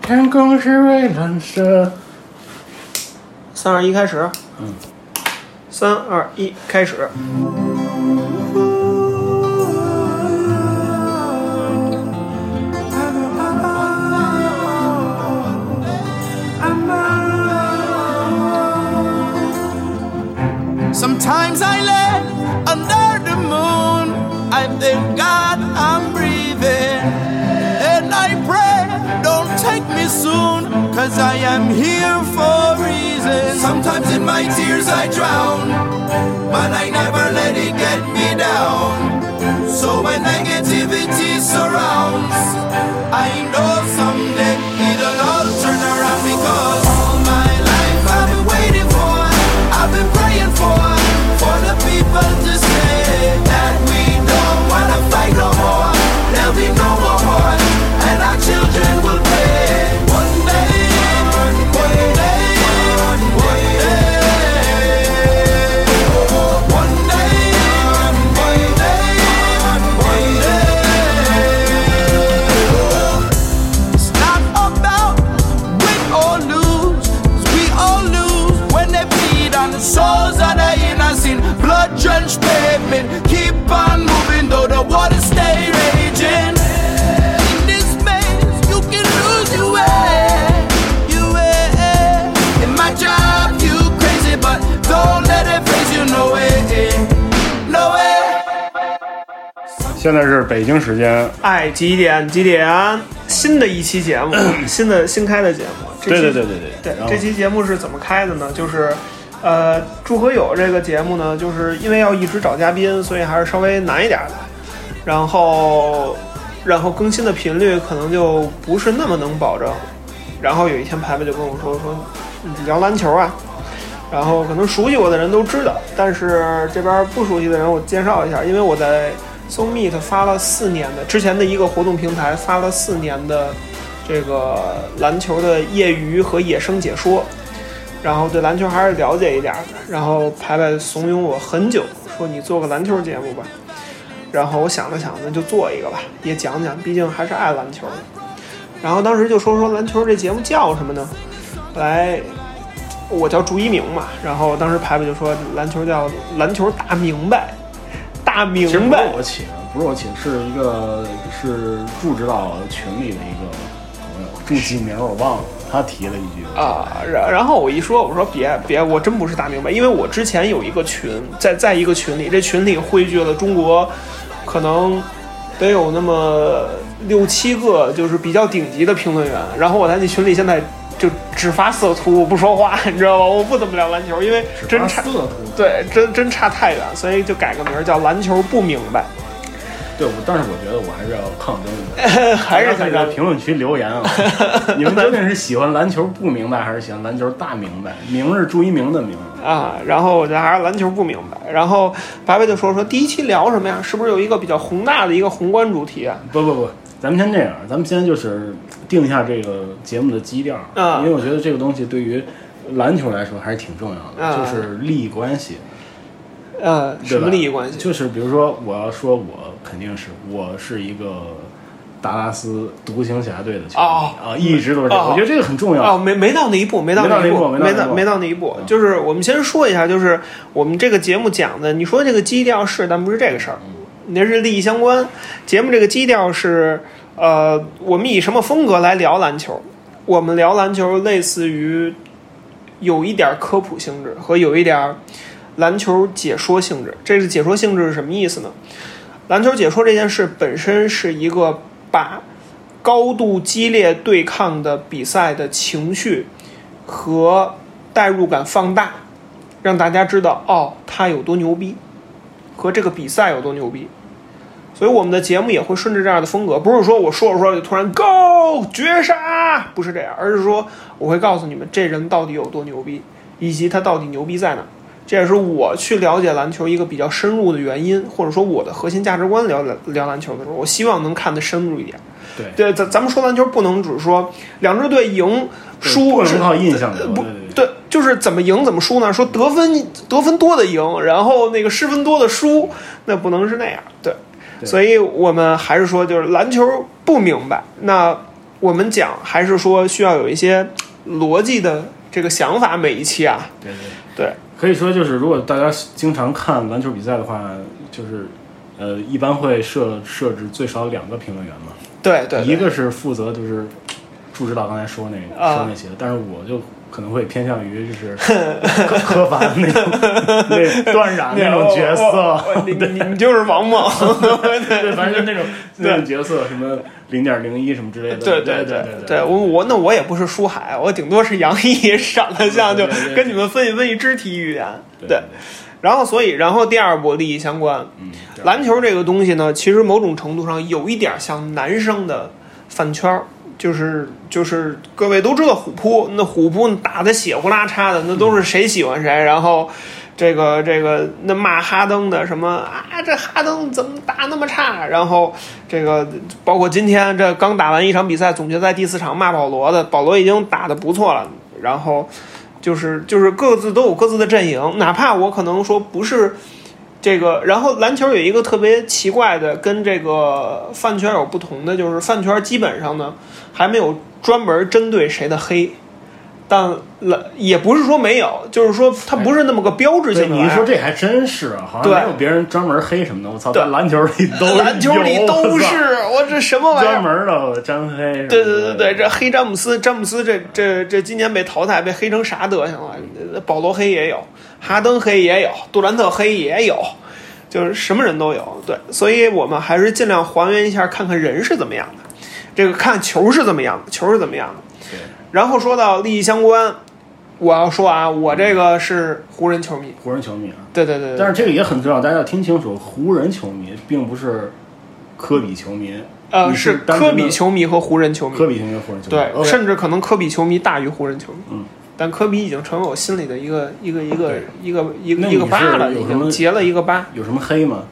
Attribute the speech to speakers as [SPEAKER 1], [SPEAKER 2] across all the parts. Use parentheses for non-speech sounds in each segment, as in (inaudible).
[SPEAKER 1] 天空是蔚蓝色。
[SPEAKER 2] 三二一，开始。
[SPEAKER 1] 嗯。
[SPEAKER 2] 三二一，开始。
[SPEAKER 3] Sometimes I lay under the moon. I thank God I'm breathing. And I pray, don't take me soon, cause I am here for a reason. Sometimes in my tears I drown, but I never let it get me down. So when negativity surrounds, I know someday it'll all turn around because all my life I've been waiting for, I've been praying for, for the people to say that we don't wanna fight no more. There'll be no more war, and our children will pay. One day, one day, one day. One day, one day, one day. It's not about win or lose, 'cause we all lose when they bleed on the souls of the innocent. Blood drenched pavement, keep on moving though the water stay raging. In this maze, you can lose your way, your way. It might drive you crazy, but don't let it phase you. No way, no way.
[SPEAKER 1] 现在是北京时间，
[SPEAKER 2] 爱几点几点？新的一期节
[SPEAKER 1] (clears throat)
[SPEAKER 2] 目，新的新开的节目。这
[SPEAKER 1] 对
[SPEAKER 2] 期
[SPEAKER 1] 对对对对
[SPEAKER 2] 对
[SPEAKER 1] 然后
[SPEAKER 2] 这期节目是怎么开的呢？就是，呃，祝和友这个节目呢，就是因为要一直找嘉宾，所以还是稍微难一点的。然后，然后更新的频率可能就不是那么能保证。然后有一天排排就跟我说说，你聊篮球啊。然后可能熟悉我的人都知道，但是这边不熟悉的人我介绍一下，因为我在 So Meet 发了四年的之前的一个活动平台发了四年的这个篮球的业余和野生解说，然后对篮球还是了解一点儿的。然后排排怂恿我很久，说你做个篮球节目吧。然后我想了想，那就做一个吧，也讲讲，毕竟还是爱篮球的。然后当时就说说篮球这节目叫什么呢？后来我叫朱一鸣嘛，然后当时排排就说篮球叫篮球大明白，大
[SPEAKER 1] 其实
[SPEAKER 2] 明
[SPEAKER 1] 不是
[SPEAKER 2] 白。
[SPEAKER 1] 我起的，不是我起的，是一个是助指导群里的一个朋友，助记名我忘了，他提了一句，
[SPEAKER 2] 啊，然然后我一说，我说别别，我真不是大明白，因为我之前有一个群，在在一个群里，这群里汇聚了中国可能得有那么六七个就是比较顶级的评论员，然后我在那群里现在就只发色图，我不说话， (laughs) 你知道吗？我不怎么聊篮球，因为真
[SPEAKER 1] 发
[SPEAKER 2] 差
[SPEAKER 1] 啊四个图。
[SPEAKER 2] 对真真差太远，所以就改个名儿叫篮球不明白，
[SPEAKER 1] 对，我但是我觉得我还是要抗争 (laughs) 的，
[SPEAKER 2] (laughs) (laughs) 还是
[SPEAKER 1] 在
[SPEAKER 2] 想
[SPEAKER 1] 这个
[SPEAKER 2] 让
[SPEAKER 1] 评论区留言 (laughs) 啊，你们究竟是喜欢篮球不明白，还是喜欢篮球大明白？明是朱一鸣的明，
[SPEAKER 2] 啊，然后我觉得还是篮球不明白。然后白白就说说第一期聊什么呀？是不是有一个比较宏大的一个宏观主题啊？
[SPEAKER 1] 不不不，咱们先这样，咱们先就是定一下这个节目的基调，
[SPEAKER 2] 啊
[SPEAKER 1] 因为我觉得这个东西对于篮球来说还是挺重要的，
[SPEAKER 2] 啊
[SPEAKER 1] 就是利益关系，
[SPEAKER 2] 呃，
[SPEAKER 1] 对
[SPEAKER 2] 什
[SPEAKER 1] 吧
[SPEAKER 2] 么利益关系？
[SPEAKER 1] 就是比如说，我要说我肯定是我是一个达拉斯独行侠队的球迷、
[SPEAKER 2] 哦
[SPEAKER 1] 啊，一直都是这样，
[SPEAKER 2] 哦
[SPEAKER 1] 我觉得这个很重要。
[SPEAKER 2] 哦，没没到那一步，没到
[SPEAKER 1] 没到
[SPEAKER 2] 那一
[SPEAKER 1] 那一步
[SPEAKER 2] 步，嗯
[SPEAKER 1] 没到
[SPEAKER 2] 没
[SPEAKER 1] 那一步
[SPEAKER 2] 没到那一步。就是我们先说一下，就是我们这个节目讲的，你说这个基调是，但不是这个事儿，那是利益相关。节目这个基调是，呃，我们以什么风格来聊篮球？我们聊篮球类似于有一点儿科普性质和有一点儿篮球解说性质。这是解说性质是什么意思呢？篮球解说这件事本身是一个把高度激烈对抗的比赛的情绪和代入感放大，让大家知道哦他有多牛逼，和这个比赛有多牛逼。所以我们的节目也会顺着这样的风格，不是说我说着说着就突然 Go 绝杀，不是这样，而是说我会告诉你们这人到底有多牛逼，以及他到底牛逼在哪儿。这也是我去了解篮球一个比较深入的原因，或者说我的核心价值观聊聊聊篮球的时候，我希望能看得深入一点。
[SPEAKER 1] 对
[SPEAKER 2] 对，咱咱们说篮球不能只说两支队赢
[SPEAKER 1] 对
[SPEAKER 2] 输，
[SPEAKER 1] 不
[SPEAKER 2] 是呃
[SPEAKER 1] 能靠印象流，
[SPEAKER 2] 不
[SPEAKER 1] 对对对
[SPEAKER 2] 对，就是怎么赢怎么输呢？说得分得分多的赢，然后那个失分多的输，那不能是那样。对，
[SPEAKER 1] 对
[SPEAKER 2] 所以我们还是说，就是篮球不明白，那我们讲还是说需要有一些逻辑的这个想法，每一期啊，
[SPEAKER 1] 对对。
[SPEAKER 2] 对，
[SPEAKER 1] 可以说就是，如果大家经常看篮球比赛的话，就是，呃，一般会设设置最少两个评论员嘛，
[SPEAKER 2] 对对，对
[SPEAKER 1] 一个是负责就是祝指导刚才说那个、
[SPEAKER 2] 啊
[SPEAKER 1] 说那些，但是我就可能会偏向于就是 (laughs) 科科凡那种那断染那种角
[SPEAKER 2] 我
[SPEAKER 1] 色，
[SPEAKER 2] 我哦我你你你就是王猛，
[SPEAKER 1] (laughs) 对，反正就那
[SPEAKER 2] (laughs)
[SPEAKER 1] 种那种角色，什么零点零一什么之类的，
[SPEAKER 2] 对
[SPEAKER 1] 对
[SPEAKER 2] 对
[SPEAKER 1] 对
[SPEAKER 2] 我我那我也不是书海，我顶多是杨 (laughs) 毅长得像，就
[SPEAKER 1] 对对对
[SPEAKER 2] 跟你们分析分析肢体语言。
[SPEAKER 1] 对
[SPEAKER 2] 对，然后所以然后第二步利益相关，
[SPEAKER 1] 嗯，对
[SPEAKER 2] 篮球这个东西呢，其实某种程度上有一点像男生的饭圈儿。就是就是各位都知道虎扑，那虎扑打的血呼啦叉的，那都是谁喜欢谁，然后这个这个那骂哈登的什么啊，这哈登怎么打那么差？然后这个包括今天这刚打完一场比赛，总决赛第四场骂保罗的，保罗已经打得不错了，然后就是就是各自都有各自的阵营，哪怕我可能说不是这个，然后篮球有一个特别奇怪的，跟这个饭圈有不同的，就是饭圈基本上呢还没有专门针对谁的黑，但篮也不是说没有，就是说它不是那么个标志
[SPEAKER 1] 对，
[SPEAKER 2] 性的
[SPEAKER 1] 你
[SPEAKER 2] 玩意儿。
[SPEAKER 1] 一说这还真是，啊好像
[SPEAKER 2] 啊对
[SPEAKER 1] 没有别人专门黑什么的。我操，
[SPEAKER 2] 对
[SPEAKER 1] 在篮球里都有
[SPEAKER 2] 篮球里都是我这什么玩意
[SPEAKER 1] 专
[SPEAKER 2] 儿？
[SPEAKER 1] 门的沾黑什么的。
[SPEAKER 2] 对对对对，这黑詹姆斯，詹姆斯这这这今年被淘汰，被黑成啥德行了？保罗黑也有，哈登黑也有，杜兰特黑也有，就是什么人都有。对，所以我们还是尽量还原一下，看看人是怎么样的，这个看球是怎么样的，球是怎么样的。
[SPEAKER 1] 对
[SPEAKER 2] 然后说到利益相关，我要说啊，我这个是湖人球迷，
[SPEAKER 1] 湖人球迷啊，
[SPEAKER 2] 对对对对，
[SPEAKER 1] 但是这个也很重要，大家要听清楚，湖人球迷并不是科比球迷，
[SPEAKER 2] 呃
[SPEAKER 1] 你
[SPEAKER 2] 是
[SPEAKER 1] 是单
[SPEAKER 2] 科
[SPEAKER 1] 纯的
[SPEAKER 2] 比球迷和湖人球迷，
[SPEAKER 1] 科比球迷、湖人球迷。
[SPEAKER 2] 对
[SPEAKER 1] OK
[SPEAKER 2] 甚至可能科比球迷大于湖人球迷。
[SPEAKER 1] 嗯，
[SPEAKER 2] 但科比已经成为我心里的一个一个一个
[SPEAKER 1] 对
[SPEAKER 2] 一个一个
[SPEAKER 1] 那
[SPEAKER 2] 一
[SPEAKER 1] 你
[SPEAKER 2] 个疤
[SPEAKER 1] 是
[SPEAKER 2] 了，
[SPEAKER 1] 有
[SPEAKER 2] 已
[SPEAKER 1] 什
[SPEAKER 2] 经
[SPEAKER 1] 么
[SPEAKER 2] 结了一个疤。
[SPEAKER 1] 有什么黑吗？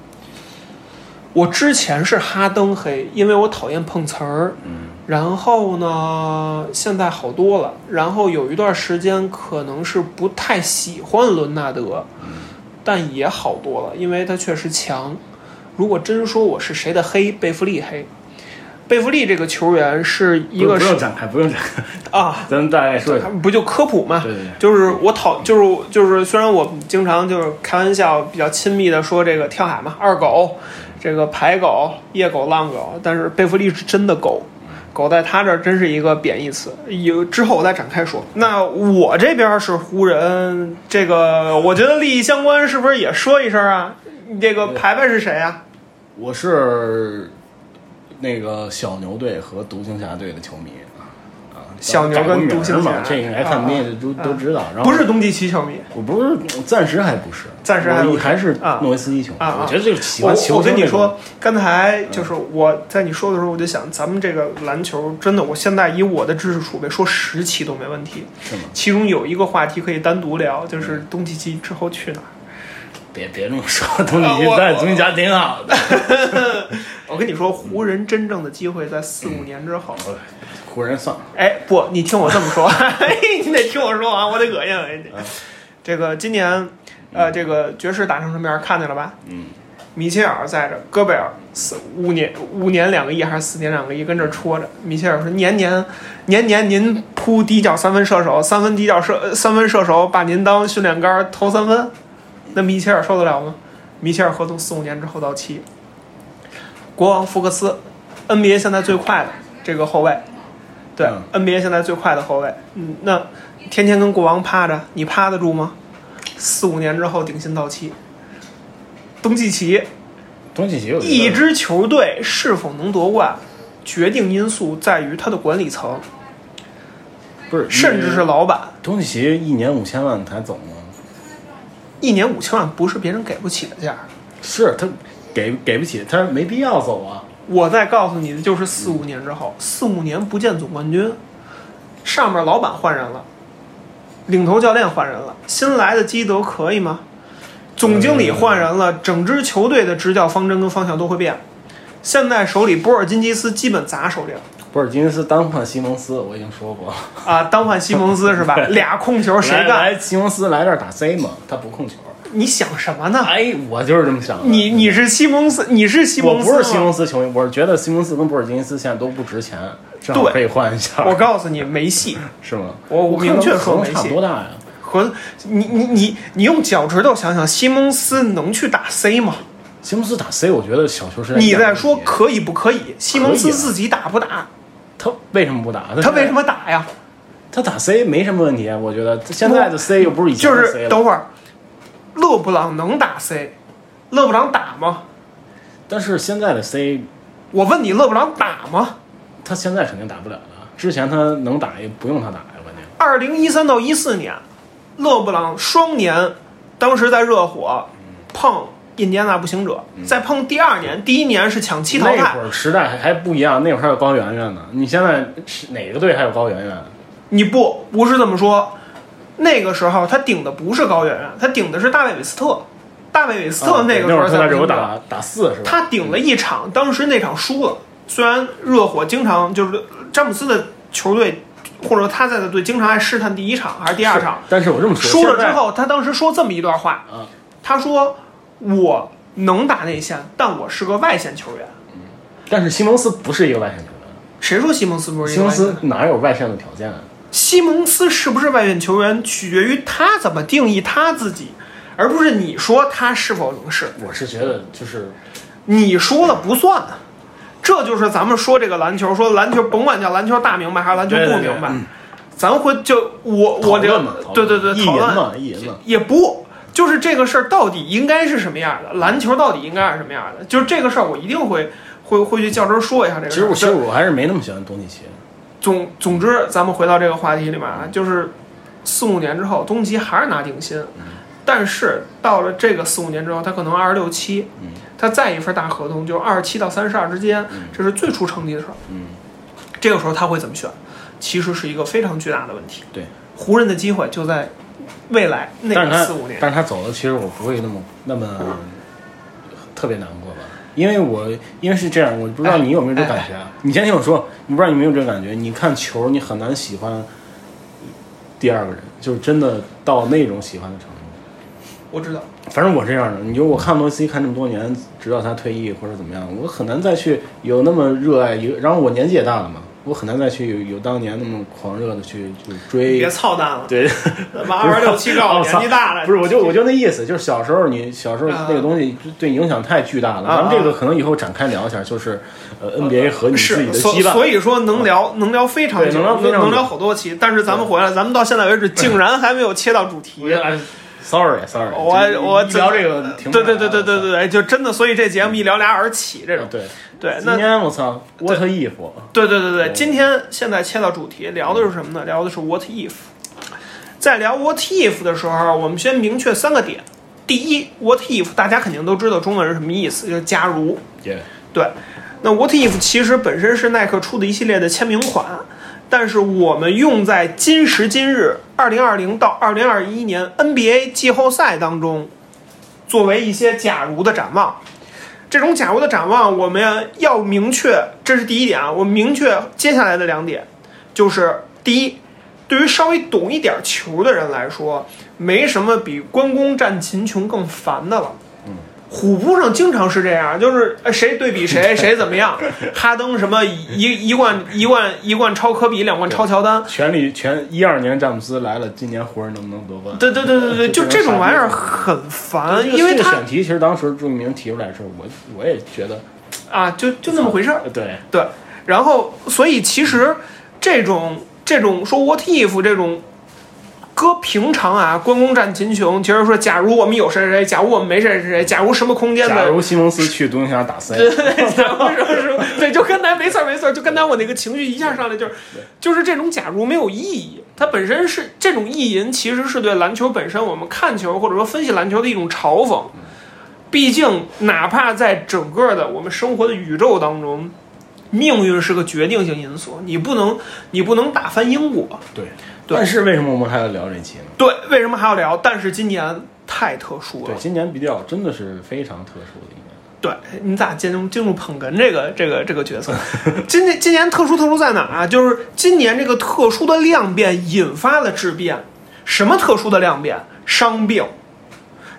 [SPEAKER 2] 我之前是哈登黑，因为我讨厌碰瓷儿。
[SPEAKER 1] 嗯，
[SPEAKER 2] 然后呢，现在好多了。然后有一段时间可能是不太喜欢伦纳德，但也好多了，因为他确实强。如果真说我是谁的黑，贝弗利黑。贝弗利这个球员是一个
[SPEAKER 1] 不
[SPEAKER 2] 是
[SPEAKER 1] 用展开，不用展开，
[SPEAKER 2] 啊，
[SPEAKER 1] 咱们大概说一下。
[SPEAKER 2] 不就科普嘛？
[SPEAKER 1] 对对
[SPEAKER 2] (laughs)
[SPEAKER 1] 对，
[SPEAKER 2] 就是我讨，就是就是，虽然我经常就是开玩笑，比较亲密的说这个跳海嘛，二狗，这个排狗、夜狗、浪狗，但是贝弗利是真的狗，狗在他这儿真是一个贬义词。有之后我再展开说。那我这边是湖人，这个我觉得利益相关是不是也说一声啊？这个排排是谁啊？
[SPEAKER 1] 我是那个小牛队和独行侠队的球迷啊啊，
[SPEAKER 2] 小牛跟独行侠
[SPEAKER 1] 改过名嘛，这个来看你也都
[SPEAKER 2] 啊啊
[SPEAKER 1] 都知道。然后
[SPEAKER 2] 不是东契奇球迷，
[SPEAKER 1] 我不是，暂时还不是，
[SPEAKER 2] 暂时还不是
[SPEAKER 1] 我还是
[SPEAKER 2] 啊
[SPEAKER 1] 诺维斯基球迷。
[SPEAKER 2] 啊啊
[SPEAKER 1] 我觉得这个喜
[SPEAKER 2] 我
[SPEAKER 1] 欢球，
[SPEAKER 2] 我跟你说，，刚才就是我在你说的时候，我就想，咱们这个篮球真的，我现在以我的知识储备，说十期都没问题。
[SPEAKER 1] 是吗？
[SPEAKER 2] 其中有一个话题可以单独聊，就是东契奇之后去哪儿。
[SPEAKER 1] 别别这么说， (laughs) 东
[SPEAKER 2] 啊
[SPEAKER 1] 契
[SPEAKER 2] 我
[SPEAKER 1] 奇在足球家挺好的。
[SPEAKER 2] 我跟你说，湖人真正的机会在四五年之后。
[SPEAKER 1] 湖人算了，
[SPEAKER 2] 哎，不，你听我这么说， (laughs) 哎你得听我说啊完，我得恶心恶心你。这个今年，呃，这个爵士打成什么样，看见了吧？
[SPEAKER 1] 嗯，
[SPEAKER 2] 米切尔在这，戈贝尔四五年五年两个亿还是四年两个亿，跟这戳着。米切尔说年年年年您扑低角三分射手，三分低角射呃三分射手把您当训练杆儿投三分，那米切尔受得了吗？米切尔合同四五年之后到期。国王福克斯，NBA 现在最快的这个后卫，对、NBA 现在最快的后卫，嗯，那天天跟国王趴着，你趴得住吗？四五年之后顶薪到期。东契奇
[SPEAKER 1] 东契奇我觉得
[SPEAKER 2] 一支球队是否能夺冠，决定因素在于他的管理层，
[SPEAKER 1] 不是，
[SPEAKER 2] 甚至是老板。
[SPEAKER 1] 东契奇一年五千万才走吗？
[SPEAKER 2] 一年五千万不是别人给不起的价儿。
[SPEAKER 1] 是他给给不起，他没必要走啊。
[SPEAKER 2] 我再告诉你的就是四五年之后，四五年不见总冠军，上面老板换人了，领头教练换人了，新来的基德可以吗？总经理换人
[SPEAKER 1] 嗯
[SPEAKER 2] 了，整支球队的执教方针跟方向都会变。现在手里波尔津吉斯基本砸手里了
[SPEAKER 1] 波尔津斯单换西蒙斯，我已经说过了。 (laughs)
[SPEAKER 2] 啊，单换西蒙斯是吧？俩控球谁
[SPEAKER 1] 来
[SPEAKER 2] 干？
[SPEAKER 1] 来，西蒙斯来这儿打 C 嘛，他不控球。
[SPEAKER 2] 你想什么呢？
[SPEAKER 1] 哎，我就是这么想的。
[SPEAKER 2] 你你是西蒙斯，你是西
[SPEAKER 1] 我
[SPEAKER 2] 蒙斯，
[SPEAKER 1] 不是西蒙。斯球迷，我是觉得西蒙斯跟布尔津斯现在都不值钱，正好
[SPEAKER 2] 对
[SPEAKER 1] 可以换一下，
[SPEAKER 2] 我告诉你，没戏。
[SPEAKER 1] (laughs) 是吗？
[SPEAKER 2] 我我
[SPEAKER 1] 看
[SPEAKER 2] 明确
[SPEAKER 1] 他们
[SPEAKER 2] 说
[SPEAKER 1] 合同
[SPEAKER 2] 没
[SPEAKER 1] 差
[SPEAKER 2] 戏
[SPEAKER 1] 多大呀？
[SPEAKER 2] 和你你你你用脚趾头想想，西蒙斯能去打 C 吗？
[SPEAKER 1] 西蒙斯打 C，我觉得小球时代
[SPEAKER 2] 你
[SPEAKER 1] 一点
[SPEAKER 2] 在
[SPEAKER 1] 问题
[SPEAKER 2] 说可以不可以？西蒙
[SPEAKER 1] 可
[SPEAKER 2] 斯
[SPEAKER 1] 以啊
[SPEAKER 2] 自己打不打？
[SPEAKER 1] 他为什么不打？他
[SPEAKER 2] 他
[SPEAKER 1] 现在
[SPEAKER 2] 为什么打呀？
[SPEAKER 1] 他打 C 没什么问题啊？我觉得他现在的 C 又不是以前
[SPEAKER 2] 就
[SPEAKER 1] 的 C
[SPEAKER 2] 是
[SPEAKER 1] 了。
[SPEAKER 2] 等会儿，勒布朗能打 C，勒布朗打吗？
[SPEAKER 1] 但是现在的 C，
[SPEAKER 2] 我问你，勒布朗打吗？
[SPEAKER 1] 他现在肯定打不了了。之前他能打也不用他打呀，关键
[SPEAKER 2] 二零一三到一四年，勒布朗双年，当时在热火
[SPEAKER 1] 嗯
[SPEAKER 2] 碰印第安纳步行者，再碰第二年，第一年是抢七淘
[SPEAKER 1] 那
[SPEAKER 2] 汰
[SPEAKER 1] 会，儿时代还还不一样，那会儿还有高圆圆呢。你现在是哪个队还有高圆啊圆？
[SPEAKER 2] 你不不是这么说，那个时候他顶的不是高圆圆，他顶的是大卫韦斯特，大卫韦斯特
[SPEAKER 1] 啊
[SPEAKER 2] 那
[SPEAKER 1] 那
[SPEAKER 2] 个时
[SPEAKER 1] 会
[SPEAKER 2] 候
[SPEAKER 1] 儿他
[SPEAKER 2] 在
[SPEAKER 1] 在热
[SPEAKER 2] 步
[SPEAKER 1] 火
[SPEAKER 2] 行者
[SPEAKER 1] 打打四是吧？
[SPEAKER 2] 他顶了一场，当时那场输了。虽然热火经常就是詹姆斯的球队，或者说他在的队经常爱试探第一场还是第二场，
[SPEAKER 1] 但是我这么说，
[SPEAKER 2] 输了
[SPEAKER 1] 现在
[SPEAKER 2] 之后，他当时说这么一段话
[SPEAKER 1] 啊，
[SPEAKER 2] 他说：“我能打内线，但我是个外线球员。
[SPEAKER 1] 但是西蒙斯不是一个外线球员，”
[SPEAKER 2] 谁说西蒙斯不是一
[SPEAKER 1] 西
[SPEAKER 2] 个
[SPEAKER 1] 蒙
[SPEAKER 2] 外线球
[SPEAKER 1] 斯
[SPEAKER 2] 员？
[SPEAKER 1] 哪有外线的条件啊？
[SPEAKER 2] 西蒙斯是不是外线球员，取决于他怎么定义他自己，而不是你说他是否能是。
[SPEAKER 1] 我是觉得就是
[SPEAKER 2] 你说了不算，啊这就是咱们说这个篮球，说篮球甭管叫篮球大明白还是篮球不明白，咱会就我
[SPEAKER 1] 嗯讨
[SPEAKER 2] 我这个
[SPEAKER 1] 论嘛，讨论
[SPEAKER 2] 对对对，
[SPEAKER 1] 意
[SPEAKER 2] 讨
[SPEAKER 1] 淫
[SPEAKER 2] 论
[SPEAKER 1] 嘛，意淫嘛。
[SPEAKER 2] 也不就是这个事儿到底应该是什么样的，篮球到底应该是什么样的，就是这个事儿我一定会会会去较真儿说一下这个
[SPEAKER 1] 其
[SPEAKER 2] 事
[SPEAKER 1] 实
[SPEAKER 2] 儿。
[SPEAKER 1] 我其实我还是没那么喜欢东契奇，
[SPEAKER 2] 总总之，咱们回到这个话题里面啊，就是四五年之后，东契还是拿顶薪，
[SPEAKER 1] 嗯
[SPEAKER 2] 但是到了这个四五年之后，他可能二十六七，
[SPEAKER 1] 嗯
[SPEAKER 2] 他再一份大合同就二十七到三十二之间，这是最出成绩的时候。
[SPEAKER 1] 嗯
[SPEAKER 2] 这个时候他会怎么选，其实是一个非常巨大的问题。
[SPEAKER 1] 对，
[SPEAKER 2] 湖人的机会就在未来那
[SPEAKER 1] 但是
[SPEAKER 2] 个
[SPEAKER 1] 他
[SPEAKER 2] 四五年。
[SPEAKER 1] 但是他走了，其实我不会那么那么特别难过吧，因为我因为是这样，我不知道你有没有这感觉啊？
[SPEAKER 2] 哎
[SPEAKER 1] 你先听我说，你不知道你有没有这感觉？你看球，你很难喜欢第二个人，就是真的到那种喜欢的程度。
[SPEAKER 2] 我知道，
[SPEAKER 1] 反正我是这样的，你就我看罗西看这么多年，直到他退役或者怎么样，我很难再去有那么热爱一个。然后我年纪也大了嘛，我很难再去有有当年那么狂热的去去追
[SPEAKER 2] 别。操蛋了，
[SPEAKER 1] (laughs) 对，
[SPEAKER 2] 妈二十六七告
[SPEAKER 1] 我
[SPEAKER 2] 诉你
[SPEAKER 1] 操
[SPEAKER 2] 年纪大了，
[SPEAKER 1] 不是，我就我就那意思，就是小时候你小时候
[SPEAKER 2] 啊
[SPEAKER 1] 那个东西对你影响太巨大了。
[SPEAKER 2] 啊
[SPEAKER 1] 咱们这个可能以后展开聊一下，就是呃 NBA 和你自己
[SPEAKER 2] 是，
[SPEAKER 1] 的
[SPEAKER 2] 所
[SPEAKER 1] 羁绊。嗯
[SPEAKER 2] 所以说能聊能聊非常
[SPEAKER 1] 对
[SPEAKER 2] 久，
[SPEAKER 1] 能聊非常久
[SPEAKER 2] 能聊好多期。但是咱们回来，咱们到现在为止竟然还没有切到主题。
[SPEAKER 1] 哎 Sorry，Sorry，
[SPEAKER 2] 我我
[SPEAKER 1] 聊这个挺
[SPEAKER 2] 对对对对对对对，就真的，所以这节目一聊俩耳起这种。
[SPEAKER 1] 对。
[SPEAKER 2] 对，
[SPEAKER 1] 嗯今
[SPEAKER 2] 那
[SPEAKER 1] 天我操，What E if？
[SPEAKER 2] 对对对对，今天现在切到主题，聊的是什么呢？聊的是 what if。在聊 what if 的时候，啊我们先明确三个点。第一，what if 大家肯定都知道中文是什么意思，就是假如。
[SPEAKER 1] 耶，
[SPEAKER 2] 对，那 What If 其实本身是耐克出的一系列的签名款，但是我们用在今时今日二零二零到二零二一年 NBA 季后赛当中，作为一些假如的展望。这种假如的展望，我们要明确，这是第一点啊。我们明确接下来的两点，就是第一，对于稍微懂一点球的人来说，没什么比关公战秦琼更烦的了。虎扑上经常是这样，就是呃谁对比谁，谁怎么样。哈登什么一一冠一冠一冠超科比，两冠超乔丹。
[SPEAKER 1] 全力全一二年詹姆斯来了，今年湖人能不能夺冠？
[SPEAKER 2] 对对对对对，就
[SPEAKER 1] 这
[SPEAKER 2] 这
[SPEAKER 1] 种
[SPEAKER 2] 种
[SPEAKER 1] 玩
[SPEAKER 2] 玩
[SPEAKER 1] 意
[SPEAKER 2] 意
[SPEAKER 1] 儿
[SPEAKER 2] 儿很烦，
[SPEAKER 1] 这个
[SPEAKER 2] 因为
[SPEAKER 1] 这个
[SPEAKER 2] 他
[SPEAKER 1] 选题其实当时朱一鸣提出来的时候，我我也觉得呃
[SPEAKER 2] 啊，就就那么回事儿。
[SPEAKER 1] 对，
[SPEAKER 2] 对，然后所以其实这种这种说 what if 这种。搁平常啊，关公战秦琼，其实说，假如我们有谁谁谁，假如我们没谁谁谁，假如什么空间
[SPEAKER 1] 假
[SPEAKER 2] 的，
[SPEAKER 1] 如西蒙斯去独行侠打塞，
[SPEAKER 2] 然后什么什么，对，就刚才没错儿没错儿，就刚才我那个情绪一下上来，就是就是这种假如没有意义，它本身是这种意淫，其实是对篮球本身我们看球或者说分析篮球的一种嘲讽。毕竟，哪怕在整个的我们生活的宇宙当中，命运是个决定性因素，你不能你不能打翻因果。
[SPEAKER 1] 对。
[SPEAKER 2] 对
[SPEAKER 1] 但是为什么我们还要聊这期呢？
[SPEAKER 2] 对，为什么还要聊？但是今年太特殊了
[SPEAKER 1] 对，。今年比较真的是非常特殊的一年。
[SPEAKER 2] 对你咋进入进入捧哏这个这个这个角色？ (laughs) 今年今年特殊特殊在哪儿啊？就是今年这个特殊的量变引发了质变。什么特殊的量变？伤病。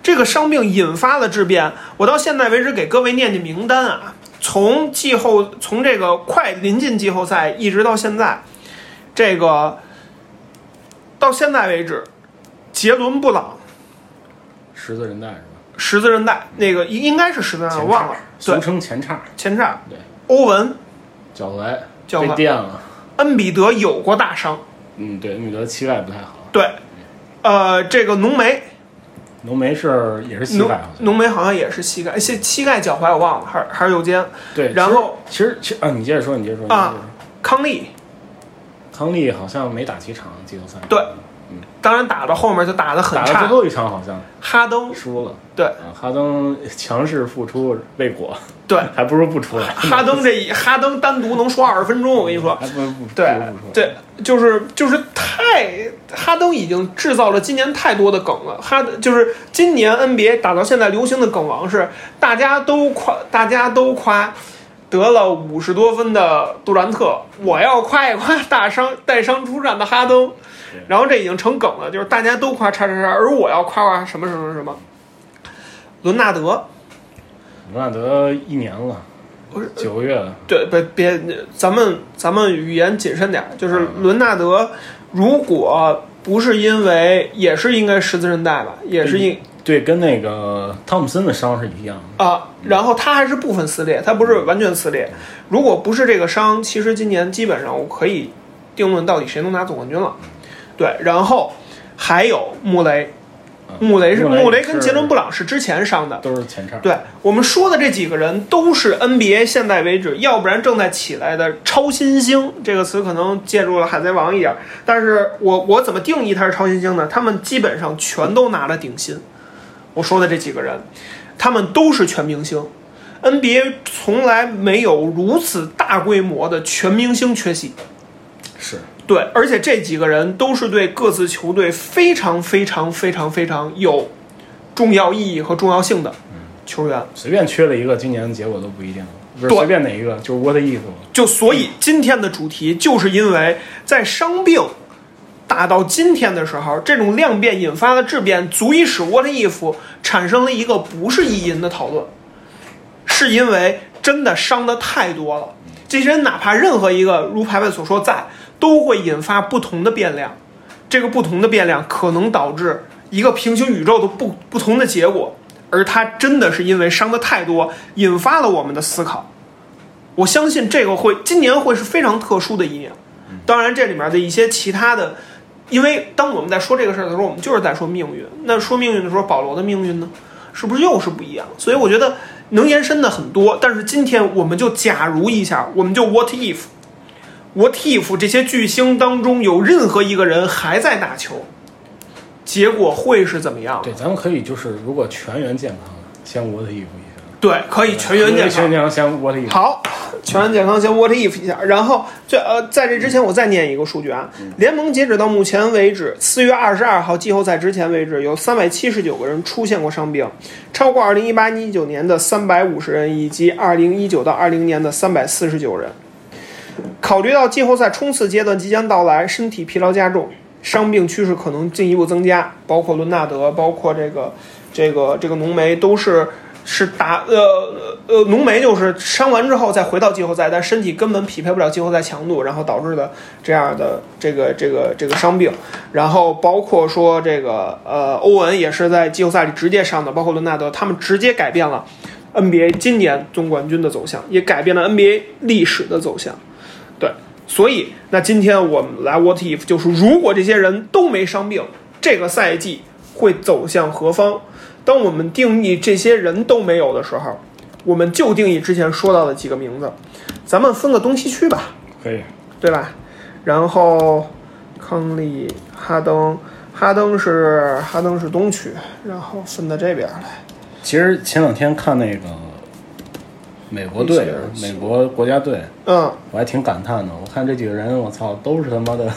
[SPEAKER 2] 这个伤病引发的质变，我到现在为止给各位念念名单啊，从季后从这个快临近季后赛一直到现在，这个到现在为止，杰伦布朗
[SPEAKER 1] 十字韧带是吧？
[SPEAKER 2] 十字韧带那个应应该是十字韧带，我忘了，
[SPEAKER 1] 俗
[SPEAKER 2] 对，
[SPEAKER 1] 称前叉，
[SPEAKER 2] 前叉，
[SPEAKER 1] 对，
[SPEAKER 2] 欧文、
[SPEAKER 1] 脚踝
[SPEAKER 2] 脚踝
[SPEAKER 1] 被电了。
[SPEAKER 2] 恩比德有过大伤，
[SPEAKER 1] 嗯，对，米德膝盖不太好，
[SPEAKER 2] 对，呃，这个浓眉。
[SPEAKER 1] 浓眉是也是膝
[SPEAKER 2] 浓
[SPEAKER 1] 盖好像。
[SPEAKER 2] 浓眉好像也是膝盖，膝膝盖、脚踝我忘了，还是还是右肩。
[SPEAKER 1] 对，
[SPEAKER 2] 然后
[SPEAKER 1] 哎其实其实啊，你接着说，你接着说。
[SPEAKER 2] 啊
[SPEAKER 1] 你接着说
[SPEAKER 2] 康利
[SPEAKER 1] 康利好像没打几场季后赛，
[SPEAKER 2] 对，当然打到后面就打得很
[SPEAKER 1] 打到最
[SPEAKER 2] 差。
[SPEAKER 1] 后一场好像
[SPEAKER 2] 哈登
[SPEAKER 1] 输了。
[SPEAKER 2] 对
[SPEAKER 1] 啊，哈登强势复出未果，
[SPEAKER 2] 对，
[SPEAKER 1] 还不如不出
[SPEAKER 2] (laughs)
[SPEAKER 1] 来。
[SPEAKER 2] 哈登这一哈登单独能说二十分钟，我跟你说，
[SPEAKER 1] 还不如不不
[SPEAKER 2] 对
[SPEAKER 1] 如不出来。
[SPEAKER 2] 对，就是就是太哈登已经制造了今年太多的梗了。哈登就是今年 NBA 打到现在流行的梗王是大家都夸，大家都夸得了五十多分的杜兰特，
[SPEAKER 1] 嗯
[SPEAKER 2] 我要夸一夸大伤带伤出战的哈登。然后这已经成梗了，就是大家都夸叉叉叉，而我要夸夸什么什么什么。伦纳德，
[SPEAKER 1] 罗纳德一年了
[SPEAKER 2] 不是，
[SPEAKER 1] 九个月了，
[SPEAKER 2] 对，别别，咱们咱们语言谨慎点儿。就是伦纳德，如果不是因为，也是应该十字韧带吧，也是因
[SPEAKER 1] 对，跟那个汤普森的伤是一样的。
[SPEAKER 2] 啊、然后他还是部分撕裂，他不是完全撕裂。如果不是这个伤，其实今年基本上我可以定论到底谁能拿总冠军了。对，然后还有穆雷，
[SPEAKER 1] 啊
[SPEAKER 2] 穆雷是嗯穆
[SPEAKER 1] 穆
[SPEAKER 2] 雷
[SPEAKER 1] 雷
[SPEAKER 2] 跟杰伦布朗是之前伤的，
[SPEAKER 1] 都是前叉，
[SPEAKER 2] 对我们说的这几个人都是 NBA 现在为止，要不然正在起来的超新星这个词，可能借助了海贼王一点儿。但是我我怎么定义他是超新星呢？他们基本上全都拿了顶薪。我说的这几个人，他们都是全明星。NBA 从来没有如此大规模的全明星缺席，
[SPEAKER 1] 是
[SPEAKER 2] 对，而且这几个人都是对各自球队非常非常非常非常有重要意义和重要性的球员。
[SPEAKER 1] 随便缺了一个，今年结果都不一定了。不是
[SPEAKER 2] 对
[SPEAKER 1] 随便哪一个，就是 what if 嘛
[SPEAKER 2] 就所以今天的主题，就是因为在伤病打到今天的时候，这种量变引发的质变，足以使 What If 产生了一个不是意淫的讨论，是因为真的伤的太多了。这些人哪怕任何一个，如排位所说在，都会引发不同的变量。这个不同的变量可能导致一个平行宇宙的不不同的结果，而它真的是因为伤的太多，引发了我们的思考。我相信这个会今年会是非常特殊的一年。当然，这里面的一些其他的，因为当我们在说这个事儿的时候，我们就是在说命运。那说命运的时候，保罗的命运呢，是不是又是不一样？所以我觉得能延伸的很多。但是今天我们就假如一下，我们就 what if。What if 这些巨星当中有任何一个人还在打球，结果会是怎么样的？
[SPEAKER 1] 对，咱们可以就是如果全员健康，先 what if 一下，
[SPEAKER 2] 对，可以全员健
[SPEAKER 1] 全
[SPEAKER 2] 康
[SPEAKER 1] 员。健康先 what if。
[SPEAKER 2] 好，全员健康先 what if 一下，然后这呃，在这之前我再念一个数据啊，联盟截止到目前为止，四月二十二号季后赛之前为止，有三百七十九个人出现过伤病，超过二零一八一九年的三百五十人，以及二零一九到二零年的三百四十九人。考虑到季后赛冲刺阶段即将到来，身体疲劳加重，伤病趋势可能进一步增加，包括伦纳德，包括这个这个这个浓眉都是是打呃呃浓眉就是伤完之后再回到季后赛，但身体根本匹配不了季后赛强度，然后导致的这样的这个这个这个伤病，然后包括说这个呃欧文也是在季后赛里直接上的，包括伦纳德，他们直接改变了 NBA 今年总冠军的走向，也改变了 NBA 历史的走向。对，所以那今天我们来 What if 就是如果这些人都没伤病，这个赛季会走向何方？当我们定义这些人都没有的时候，我们就定义之前说到的几个名字，咱们分个东西区吧，
[SPEAKER 1] 可以，
[SPEAKER 2] 对吧？然后康利、哈登，哈登是哈登是东区，然后分到这边来。
[SPEAKER 1] 其实前两天看那个美国队，美国国家队，
[SPEAKER 2] 嗯，
[SPEAKER 1] 我还挺感叹的。我看这几个人，我操，都是他妈的，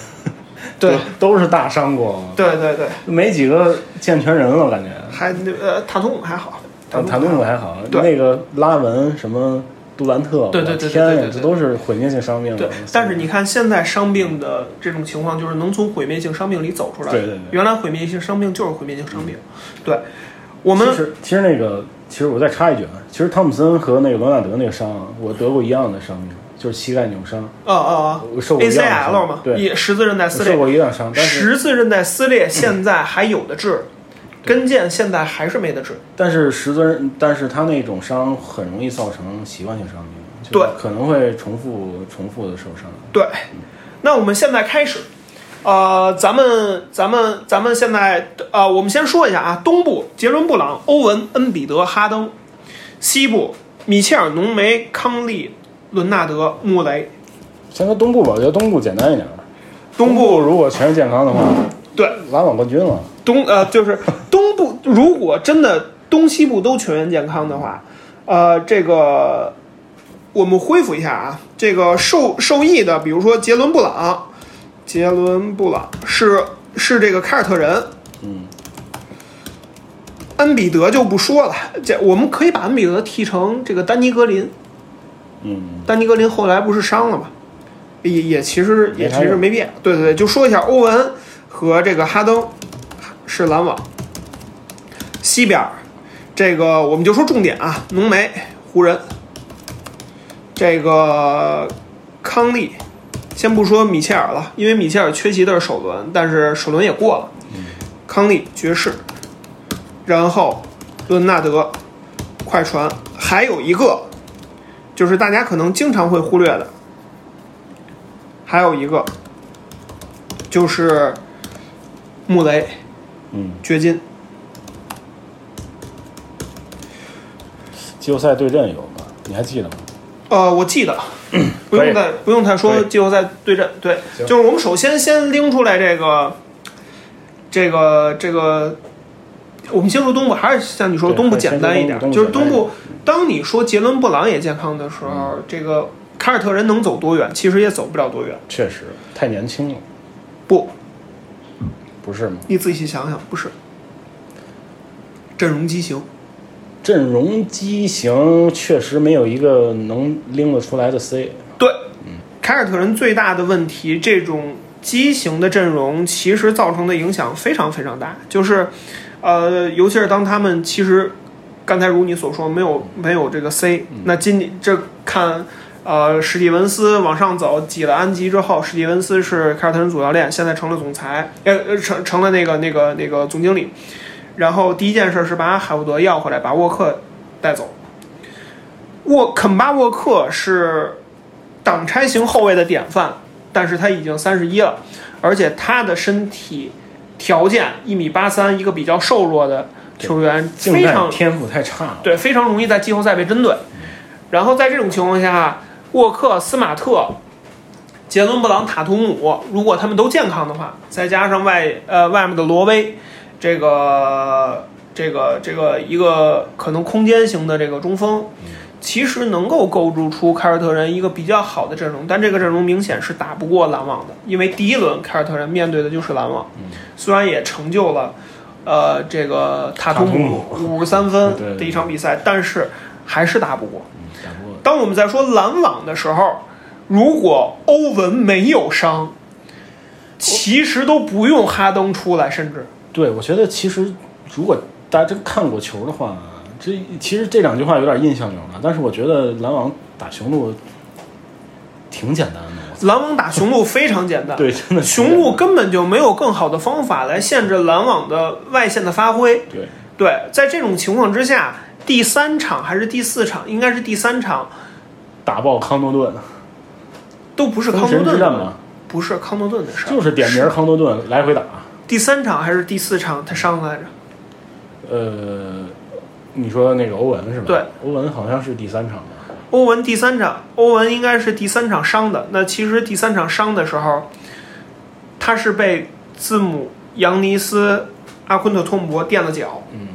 [SPEAKER 2] 对，
[SPEAKER 1] (laughs) 都是大伤过，
[SPEAKER 2] 对对对，
[SPEAKER 1] 没几个健全人了，我感觉。
[SPEAKER 2] 还呃塔图姆还好，
[SPEAKER 1] 坦坦
[SPEAKER 2] 姆
[SPEAKER 1] 诺还好，
[SPEAKER 2] 对
[SPEAKER 1] 那个拉文什么杜兰特，
[SPEAKER 2] 对对
[SPEAKER 1] 我的
[SPEAKER 2] 对对
[SPEAKER 1] 天
[SPEAKER 2] 对
[SPEAKER 1] 呀
[SPEAKER 2] 对，对
[SPEAKER 1] 这都是毁灭性伤病。啊
[SPEAKER 2] 对，但是你看现在伤病的这种情况，就是能从毁灭性伤病里走出来。
[SPEAKER 1] 对对对嗯
[SPEAKER 2] 原来毁灭性伤病就是毁灭性伤病。对，我们
[SPEAKER 1] 其实其实那个，其实我再插一句啊，其实汤普森和那个罗纳德那个伤啊，我得过一样的伤病，就是膝盖扭伤，
[SPEAKER 2] 啊啊
[SPEAKER 1] 我受过一样的伤
[SPEAKER 2] ACL 嘛，
[SPEAKER 1] 对
[SPEAKER 2] 也十字韧带
[SPEAKER 1] 我嗯
[SPEAKER 2] 撕
[SPEAKER 1] 受
[SPEAKER 2] 裂，
[SPEAKER 1] 过一样伤，但是
[SPEAKER 2] 十字韧带撕裂现在还有的治，跟腱现在还是没得治。
[SPEAKER 1] 但是十字韧，但是他那种伤很容易造成习惯性伤病，就是
[SPEAKER 2] 对
[SPEAKER 1] 可能会重复重复的受伤。
[SPEAKER 2] 对，那我们现在开始，呃，咱们咱们咱们现在呃，我们先说一下啊，东部杰伦布朗、欧文、恩比德、哈登；西部米切尔、浓眉、康利、伦纳德、穆雷。
[SPEAKER 1] 先说东部吧，我觉得东部简单一点。
[SPEAKER 2] 东部
[SPEAKER 1] 如果全是健康的话，
[SPEAKER 2] 对
[SPEAKER 1] 篮网冠军了。
[SPEAKER 2] 东呃，就是东部，如果真的东西部都全员健康的话，呃，这个我们恢复一下啊，这个受受益的，比如说杰伦布朗，杰伦布朗是是这个凯尔特人，
[SPEAKER 1] 嗯，
[SPEAKER 2] 恩比德就不说了，这我们可以把恩比德踢成这个丹尼格林，
[SPEAKER 1] 嗯，
[SPEAKER 2] 丹尼格林后来不是伤了吗？也也其实也
[SPEAKER 1] 没啥
[SPEAKER 2] 其实
[SPEAKER 1] 用
[SPEAKER 2] 没变。对对对，就说一下欧文和这个哈登是篮网，西边儿这个我们就说重点啊，浓眉湖人，这个康利，先不说米切尔了，因为米切尔缺席的是首轮，但是首轮也过了。
[SPEAKER 1] 嗯
[SPEAKER 2] 康利爵士，然后伦纳德快船，还有一个就是大家可能经常会忽略的，还有一个就是穆雷，
[SPEAKER 1] 嗯，
[SPEAKER 2] 掘金，
[SPEAKER 1] 季后赛对阵有吧？你还记得吗？
[SPEAKER 2] 呃，我
[SPEAKER 1] (clears throat)
[SPEAKER 2] 记得，不
[SPEAKER 1] 可
[SPEAKER 2] 用
[SPEAKER 1] 以
[SPEAKER 2] 再不用再
[SPEAKER 1] 可
[SPEAKER 2] 说
[SPEAKER 1] 以
[SPEAKER 2] 季后赛对阵，对，
[SPEAKER 1] 行
[SPEAKER 2] 就是我们首先先拎出来这个，这个这个，我们先说东部，还是像你说
[SPEAKER 1] 对
[SPEAKER 2] 东部
[SPEAKER 1] 还是
[SPEAKER 2] 简
[SPEAKER 1] 先
[SPEAKER 2] 单
[SPEAKER 1] 说
[SPEAKER 2] 一点
[SPEAKER 1] 东，部
[SPEAKER 2] 就是
[SPEAKER 1] 东
[SPEAKER 2] 东
[SPEAKER 1] 部
[SPEAKER 2] 部，当你说杰伦布朗也健康的时
[SPEAKER 1] 嗯
[SPEAKER 2] 候，这个凯尔特人能走多远？其实也走不了多远，
[SPEAKER 1] 确实太年轻了，
[SPEAKER 2] 不，
[SPEAKER 1] 不是吗？
[SPEAKER 2] 你仔细想想，不是阵容畸形，
[SPEAKER 1] 阵容畸形，确实没有一个能拎得出来的 C。
[SPEAKER 2] 对，嗯凯尔特人最大的问题，这种畸形的阵容其实造成的影响非常非常大，就是，呃，尤其是当他们其实刚才如你所说，没有没有这个 C，那
[SPEAKER 1] 嗯
[SPEAKER 2] 今年这看。呃，史蒂文斯往上走，挤了安吉之后，史蒂文斯是凯尔特人主教练，现在成了总裁，呃，呃成成了那个那个那个总经理。然后第一件事是把海伍德要回来，把沃克带走。沃肯巴沃克是挡拆型后卫的典范，但是他已经三十一了，而且他的身体条件一米八三，一个比较瘦弱的球员，
[SPEAKER 1] 静
[SPEAKER 2] 非
[SPEAKER 1] 态
[SPEAKER 2] 常
[SPEAKER 1] 天赋太差了。
[SPEAKER 2] 对，非常容易在季后赛被针对。然后在这种情况下，沃克、斯马特、杰伦布朗、塔图姆，如果他们都健康的话，再加上外呃外面的罗威，这个这个这个一个可能空间型的这个中锋，其实能够构筑出凯尔特人一个比较好的阵容，但这个阵容明显是打不过篮网的，因为第一轮凯尔特人面对的就是篮网，虽然也成就了。呃，这个塔图姆
[SPEAKER 1] 塔
[SPEAKER 2] 五十三分
[SPEAKER 1] 对对
[SPEAKER 2] 的嗯一场比赛，但是还是打不过。
[SPEAKER 1] 打不过
[SPEAKER 2] 当我们在说篮网的时候，如果欧文没有伤，其实都不用哈登出来，甚至
[SPEAKER 1] 对，我觉得其实如果大家真看过球的话，这其实这两句话有点印象流了。但是我觉得篮网打雄鹿挺简单的，我
[SPEAKER 2] 篮网打雄鹿非常简
[SPEAKER 1] (laughs)
[SPEAKER 2] 单。
[SPEAKER 1] 对，真的挺
[SPEAKER 2] 雄
[SPEAKER 1] 简
[SPEAKER 2] 鹿
[SPEAKER 1] 单的
[SPEAKER 2] 根本就没有更好的方法来限制篮网的外线的发挥。
[SPEAKER 1] 对
[SPEAKER 2] 对，在这种情况之下，第三场还是第四场，应该是第三场，
[SPEAKER 1] 打爆康诺顿，
[SPEAKER 2] 都不是
[SPEAKER 1] 封
[SPEAKER 2] 康
[SPEAKER 1] 神
[SPEAKER 2] 诺
[SPEAKER 1] 之
[SPEAKER 2] 顿
[SPEAKER 1] 战
[SPEAKER 2] 的，
[SPEAKER 1] 嘛，
[SPEAKER 2] 不是康诺顿的事儿，
[SPEAKER 1] 就是点名康诺顿来回打。
[SPEAKER 2] 第三场还是第四场他伤来着？
[SPEAKER 1] 呃，你说那个欧文是吧？
[SPEAKER 2] 对，
[SPEAKER 1] 欧文好像是第三场吧。
[SPEAKER 2] 欧文第三场，欧文应该是第三场伤的。那其实第三场伤的时候，他是被字母、扬尼斯、阿昆特托姆博垫了脚。
[SPEAKER 1] 嗯，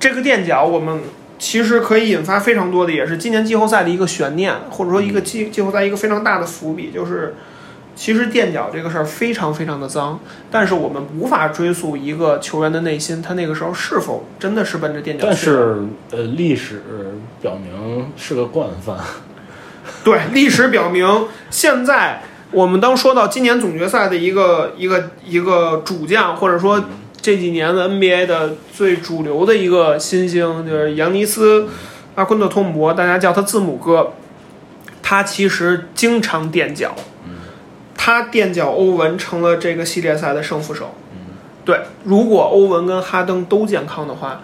[SPEAKER 2] 这个垫脚，我们其实可以引发非常多的，也是今年季后赛的一个悬念，或者说一个季季后赛一个非常大的伏笔，就是其实垫脚这个事儿非常非常的脏，但是我们无法追溯一个球员的内心，他那个时候是否真的是奔着垫脚去的。
[SPEAKER 1] 但是呃，历史表明是个惯犯。
[SPEAKER 2] 对，历史表明，现在我们当说到今年总决赛的一个一个一个主将，或者说这几年的 NBA 的最主流的一个新星，就是扬尼斯·阿昆特托姆博，大家叫他字母哥。他其实经常垫脚，他垫脚欧文成了这个系列赛的胜负手。对，如果欧文跟哈登都健康的话，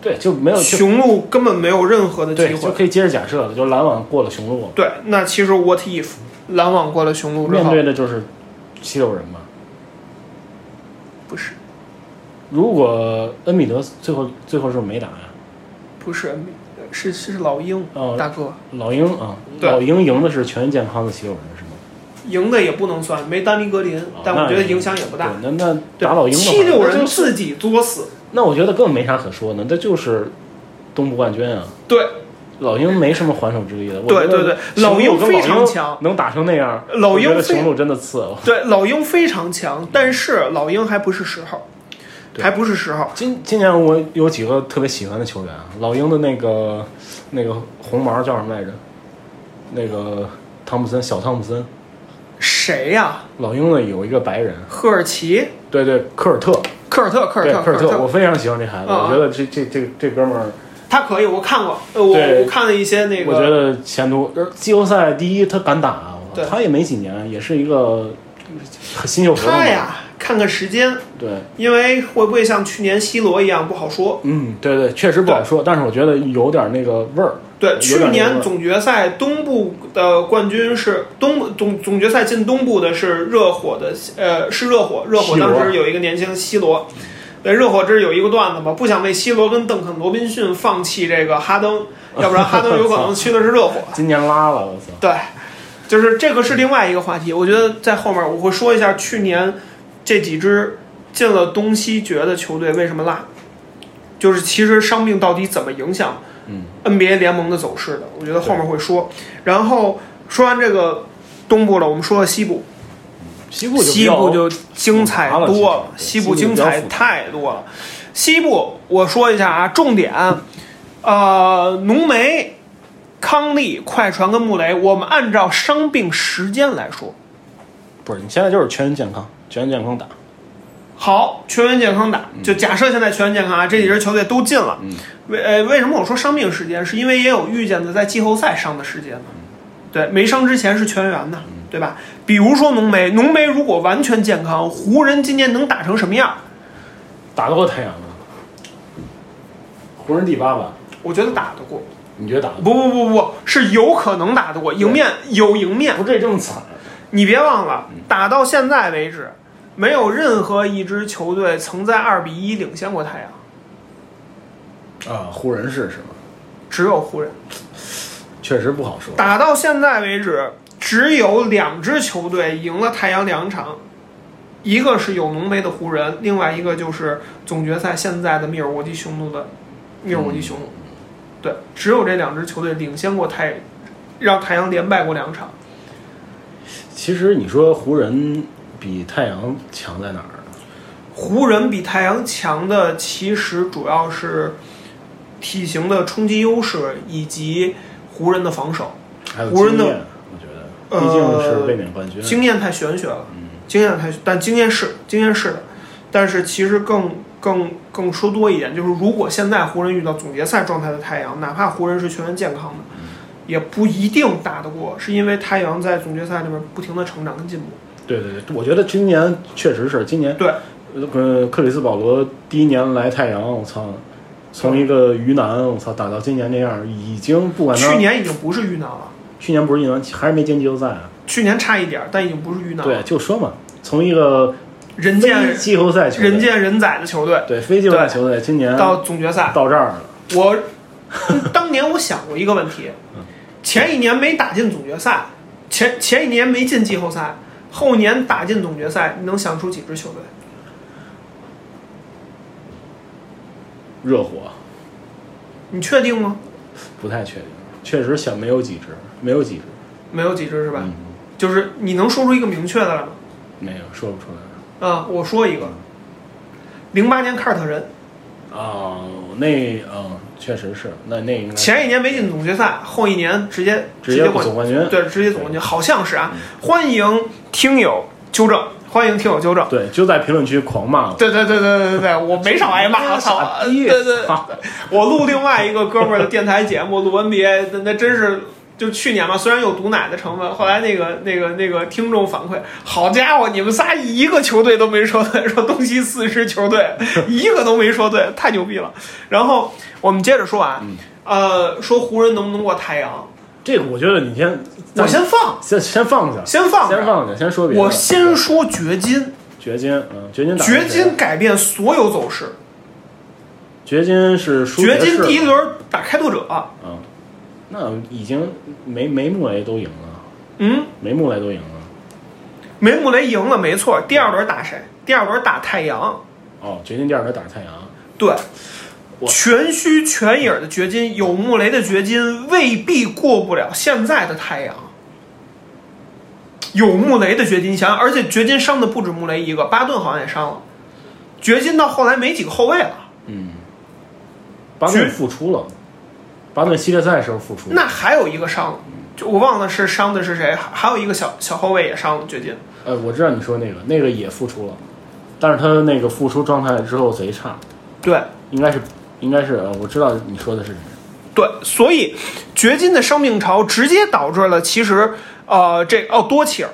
[SPEAKER 1] 对，就没有就
[SPEAKER 2] 雄鹿根本没有任何的机
[SPEAKER 1] 对，就
[SPEAKER 2] 会。
[SPEAKER 1] 可以接着假设了，就篮网过了雄鹿，
[SPEAKER 2] 对，那其实 What if 篮网过了雄鹿之
[SPEAKER 1] 面
[SPEAKER 2] 后，
[SPEAKER 1] 对的就是七六人嘛。
[SPEAKER 2] 不是
[SPEAKER 1] 如果恩比德最后最后是不是没打呀、
[SPEAKER 2] 不是是是老鹰、
[SPEAKER 1] 哦
[SPEAKER 2] 大哥
[SPEAKER 1] 老鹰啊，
[SPEAKER 2] 对
[SPEAKER 1] 老鹰赢的是全健康的七六人是吗？
[SPEAKER 2] 赢的也不能算，没丹尼格林，但我觉得影响也不
[SPEAKER 1] 哦
[SPEAKER 2] 大。
[SPEAKER 1] 对，那那
[SPEAKER 2] 对
[SPEAKER 1] 打老鹰的话，
[SPEAKER 2] 七六
[SPEAKER 1] 那
[SPEAKER 2] 人
[SPEAKER 1] 就是
[SPEAKER 2] 自己作死。
[SPEAKER 1] 那我觉得根本没啥可说的，那就是东部冠军啊。
[SPEAKER 2] 对，
[SPEAKER 1] 老鹰没什么还手之力的，我
[SPEAKER 2] 对
[SPEAKER 1] 觉得
[SPEAKER 2] 对
[SPEAKER 1] 雄鹿
[SPEAKER 2] 对老鹰
[SPEAKER 1] 跟
[SPEAKER 2] 非常强
[SPEAKER 1] 能打成那样，
[SPEAKER 2] 老
[SPEAKER 1] 我
[SPEAKER 2] 鹰
[SPEAKER 1] 觉得
[SPEAKER 2] 非
[SPEAKER 1] 雄鹿真的次了。
[SPEAKER 2] 对，老鹰非常强，但是老鹰还不是时候，
[SPEAKER 1] 对
[SPEAKER 2] 还不是时候。
[SPEAKER 1] 今今年我有几个特别喜欢的球员啊，老鹰的那个那个红毛叫什么来着？那个汤普森，小汤普森。
[SPEAKER 2] 谁呀、
[SPEAKER 1] 老鹰的有一个白人，
[SPEAKER 2] 赫尔奇、
[SPEAKER 1] 对对，科尔特，
[SPEAKER 2] 科尔特、科尔
[SPEAKER 1] 对
[SPEAKER 2] 特、
[SPEAKER 1] 科尔
[SPEAKER 2] 科尔
[SPEAKER 1] 特，我
[SPEAKER 2] 特，
[SPEAKER 1] 非常喜欢这孩子，
[SPEAKER 2] 啊啊
[SPEAKER 1] 我觉得这这这这哥们儿，
[SPEAKER 2] 他可以，我看过，呃我
[SPEAKER 1] 对
[SPEAKER 2] 我看了一些那个，
[SPEAKER 1] 我觉得前途。呃季后赛第一，他敢打啊，我
[SPEAKER 2] 对
[SPEAKER 1] 他也没几年，也是一个很新秀合同嘛
[SPEAKER 2] 他，呀，看看时间，
[SPEAKER 1] 对，
[SPEAKER 2] 因为会不会像去年 C 罗一样不好说。
[SPEAKER 1] 嗯，对对，确实不好说，但是我觉得有点那个味儿。
[SPEAKER 2] 对，
[SPEAKER 1] 有
[SPEAKER 2] 去
[SPEAKER 1] 点那个味
[SPEAKER 2] 年
[SPEAKER 1] 儿
[SPEAKER 2] 总决赛东部的冠军是东总总决赛进东部的是热火的，呃，是热火，热火
[SPEAKER 1] C 罗
[SPEAKER 2] 当时有一个年轻 C 罗。对，热火这有一个段子嘛，不想为 C 罗跟邓肯、罗宾逊放弃这个哈登，要不然哈登有可能去的是热火。
[SPEAKER 1] 今年拉了，我操，
[SPEAKER 2] 对，就是这个是另外一个话题。我觉得在后面我会说一下去年这几支进了东西决的球队为什么落，就是其实伤病到底怎么影响
[SPEAKER 1] 嗯
[SPEAKER 2] NBA 联盟的走势的。我觉得后面会说。然后说完这个东部了，我们说说西部，
[SPEAKER 1] 西部就比
[SPEAKER 2] 西
[SPEAKER 1] 较
[SPEAKER 2] 部就精彩多了，
[SPEAKER 1] 西
[SPEAKER 2] 西
[SPEAKER 1] 部
[SPEAKER 2] 部
[SPEAKER 1] 比较
[SPEAKER 2] 精彩
[SPEAKER 1] 复杂
[SPEAKER 2] 太多了。西部我说一下啊，重点，呃，浓眉、康利、快船跟穆雷，我们按照伤病时间来说，
[SPEAKER 1] 不是，你现在就是全员健康，全员健康打，
[SPEAKER 2] 好，全员健康打，
[SPEAKER 1] 嗯
[SPEAKER 2] 就假设现在全员健康啊，这几支球队都进了。为呃，为什么我说伤病时间？是因为也有遇见的在季后赛伤的时间嘛。
[SPEAKER 1] 嗯
[SPEAKER 2] 对，没伤之前是全员的，对吧？比如说浓眉，浓眉如果完全健康，湖人今年能打成什么样？
[SPEAKER 1] 打得过太阳吗？湖人第八吧？
[SPEAKER 2] 我觉得打得过。
[SPEAKER 1] 你觉得打得过？
[SPEAKER 2] 不不不不，是有可能打得过，赢面有赢面
[SPEAKER 1] 不。至于这么惨，
[SPEAKER 2] 你别忘了，打到现在为止，没有任何一支球队曾在二比一领先过太阳，
[SPEAKER 1] 啊，湖人是是吗？
[SPEAKER 2] 只有湖人。
[SPEAKER 1] 确实不好说。
[SPEAKER 2] 打到现在为止，只有两支球队赢了太阳两场，一个是有浓眉的湖人，另外一个就是总决赛现在的密尔沃基雄鹿的密尔沃基雄鹿。对，只有这两支球队领先过太，让太阳连败过两场。
[SPEAKER 1] 其实你说湖人比太阳强在哪儿呢？
[SPEAKER 2] 湖人比太阳强的其实主要是体型的冲击优势以及湖人的防守，
[SPEAKER 1] 还有
[SPEAKER 2] 湖人的
[SPEAKER 1] 经验，我觉得毕竟是卫冕冠军。
[SPEAKER 2] 经验太玄学了，经验太，但经验是经验是的，但是其实更更更说多一点，就是如果现在湖人遇到总决赛状态的太阳，哪怕湖人是全员健康的，也不一定打得过，是因为太阳在总决赛里面不停的成长跟进步。
[SPEAKER 1] 对对对，我觉得今年确实是今年，
[SPEAKER 2] 对，
[SPEAKER 1] 呃，克里斯保罗第一年来太阳，我操，从一个鱼腩，我操，打到今年这样，已经不管他
[SPEAKER 2] 去年已经不是遇难了，
[SPEAKER 1] 去年不是一年还是没进季后赛啊？
[SPEAKER 2] 去年差一点，但已经不是遇难
[SPEAKER 1] 对，
[SPEAKER 2] 了，
[SPEAKER 1] 就说嘛，从一个
[SPEAKER 2] 人见
[SPEAKER 1] 非季后赛球队，
[SPEAKER 2] (laughs) 人见人宰的球队
[SPEAKER 1] 对非季后赛球队，今年
[SPEAKER 2] 到总决赛。
[SPEAKER 1] 到这儿了，
[SPEAKER 2] 我当年我想过一个问题，
[SPEAKER 1] 嗯
[SPEAKER 2] 前一年没打进总决赛，前前一年没进季后赛，后年打进总决赛，你能想出几支球队？
[SPEAKER 1] 热火
[SPEAKER 2] 你确定吗？
[SPEAKER 1] 不太确定，确实想没有几支，没有几支，
[SPEAKER 2] 没有几支是吧？
[SPEAKER 1] 嗯
[SPEAKER 2] 就是你能说出一个明确的来吗？
[SPEAKER 1] 没有说不出来
[SPEAKER 2] 啊，我说一个，零八年凯尔特人，
[SPEAKER 1] 嗯啊、那嗯，确实是，那那应该是
[SPEAKER 2] 前一年没进总决赛，后一年直接
[SPEAKER 1] 直接
[SPEAKER 2] 冠
[SPEAKER 1] 总冠军，嗯
[SPEAKER 2] 对，直接总冠军好像是啊。欢迎听友纠正，欢迎听友纠正。
[SPEAKER 1] 对，就在评论区狂骂我。
[SPEAKER 2] 对对对对对对对，我没少挨骂，我操！
[SPEAKER 1] (laughs) 傻逼啊
[SPEAKER 2] 对对，对
[SPEAKER 1] 操
[SPEAKER 2] 我录另外一个哥们儿的电台节目，录 NBA，那那真是。就去年嘛，虽然有毒奶的成分，后来那个那个那个听众反馈，好家伙，你们仨一个球队都没说对，说东西四支球队一个都没说对，太牛逼了。然后我们接着说啊，
[SPEAKER 1] 嗯
[SPEAKER 2] 呃，说湖人能不能过太阳？
[SPEAKER 1] 这个我觉得你先，
[SPEAKER 2] 我先放，
[SPEAKER 1] 先先放下，
[SPEAKER 2] 先放着，
[SPEAKER 1] 先放下，先说别的。
[SPEAKER 2] 我先说掘金，
[SPEAKER 1] 掘金，嗯，掘金打
[SPEAKER 2] 掘
[SPEAKER 1] 谁
[SPEAKER 2] 金，改变所有走势。
[SPEAKER 1] 掘金是输
[SPEAKER 2] 掘金
[SPEAKER 1] 爵士
[SPEAKER 2] 第一轮打开拓者，
[SPEAKER 1] 啊，那已经梅梅穆雷都赢了，
[SPEAKER 2] 嗯，
[SPEAKER 1] 梅穆雷都赢了。
[SPEAKER 2] 梅穆雷赢了，没错。第二轮打谁？第二轮打太阳，
[SPEAKER 1] 哦，掘金第二轮打太阳，
[SPEAKER 2] 对。
[SPEAKER 1] 我
[SPEAKER 2] 全虚全影的掘金，有穆雷的掘金未必过不了现在的太阳。有穆雷的掘金，你想想，而且掘金伤的不止穆雷一个，巴顿好像也伤了。掘金到后来没几个后卫了，
[SPEAKER 1] 嗯，巴顿
[SPEAKER 2] 掘
[SPEAKER 1] 复出了，巴顿系列赛时候复出，
[SPEAKER 2] 那还有一个伤了，就我忘了是伤的是谁，还还有一个小小后卫也伤了掘金。
[SPEAKER 1] 呃，我知道你说那个，那个也复出了，但是他那个复出状态之后贼差，
[SPEAKER 2] 对，
[SPEAKER 1] 应该是应该是，呃我知道你说的是谁，
[SPEAKER 2] 对，所以掘金的伤病潮直接导致了其实呃这哦多切尔，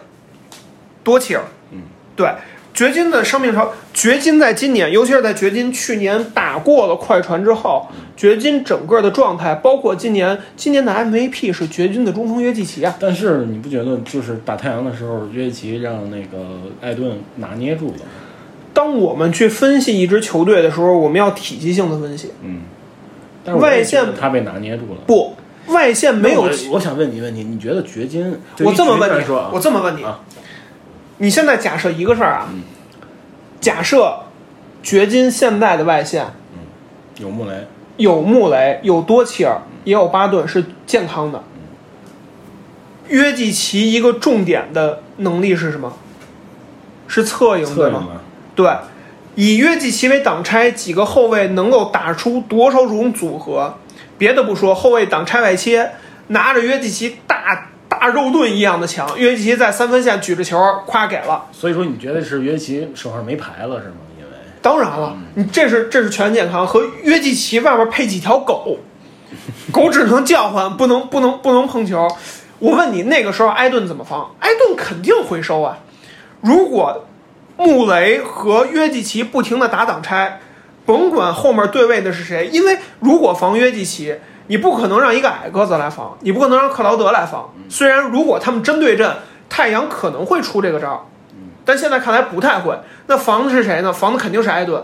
[SPEAKER 2] 多切尔，
[SPEAKER 1] 嗯，
[SPEAKER 2] 对，掘金的伤病潮，掘金在今年，尤其是在掘金去年打过了快船之后，掘金整个的状态，包括今年今年的 MVP 是掘金的中锋约基奇啊，
[SPEAKER 1] 但是你不觉得就是打太阳的时候，约基奇让那个艾顿拿捏住了？
[SPEAKER 2] 当我们去分析一支球队的时候，我们要体系性的分析，
[SPEAKER 1] 嗯，但是我
[SPEAKER 2] 外线
[SPEAKER 1] 觉得他被拿捏住了。
[SPEAKER 2] 不，外线没有
[SPEAKER 1] 那我我想问你一个问题，你觉得掘金？对于
[SPEAKER 2] 我这么
[SPEAKER 1] 掘金
[SPEAKER 2] 问
[SPEAKER 1] 来
[SPEAKER 2] 你，
[SPEAKER 1] 说啊，
[SPEAKER 2] 我这么问你，
[SPEAKER 1] 啊嗯
[SPEAKER 2] 你现在假设一个事儿啊，假设掘金现在的外线
[SPEAKER 1] 有穆雷，
[SPEAKER 2] 有穆雷、有多切尔、也有巴顿是健康的，约基奇一个重点的能力是什么？是策应
[SPEAKER 1] 策
[SPEAKER 2] 对
[SPEAKER 1] 应
[SPEAKER 2] 吗？
[SPEAKER 1] 啊，
[SPEAKER 2] 对，以约基奇为挡拆，几个后卫能够打出多少种组合？别的不说，后卫挡拆外切，拿着约基奇大大肉盾一样的抢，约基奇在三分线举着球，夸给了。
[SPEAKER 1] 所以说你觉得是约基奇手上没牌了是吗？因为
[SPEAKER 2] 当然了，你这是这是全健康和约基奇外面配几条狗，狗只能叫唤，不能不能不能碰球。我问你，那个时候埃顿怎么防？埃顿肯定回收啊。如果穆雷和约基奇不停的打挡拆，甭管后面对位的是谁，因为如果防约基奇，你不可能让一个矮个子来防，你不可能让克劳德来防。虽然如果他们真对阵，太阳可能会出这个招儿，但现在看来不太会。那防的是谁呢？防的肯定是埃顿。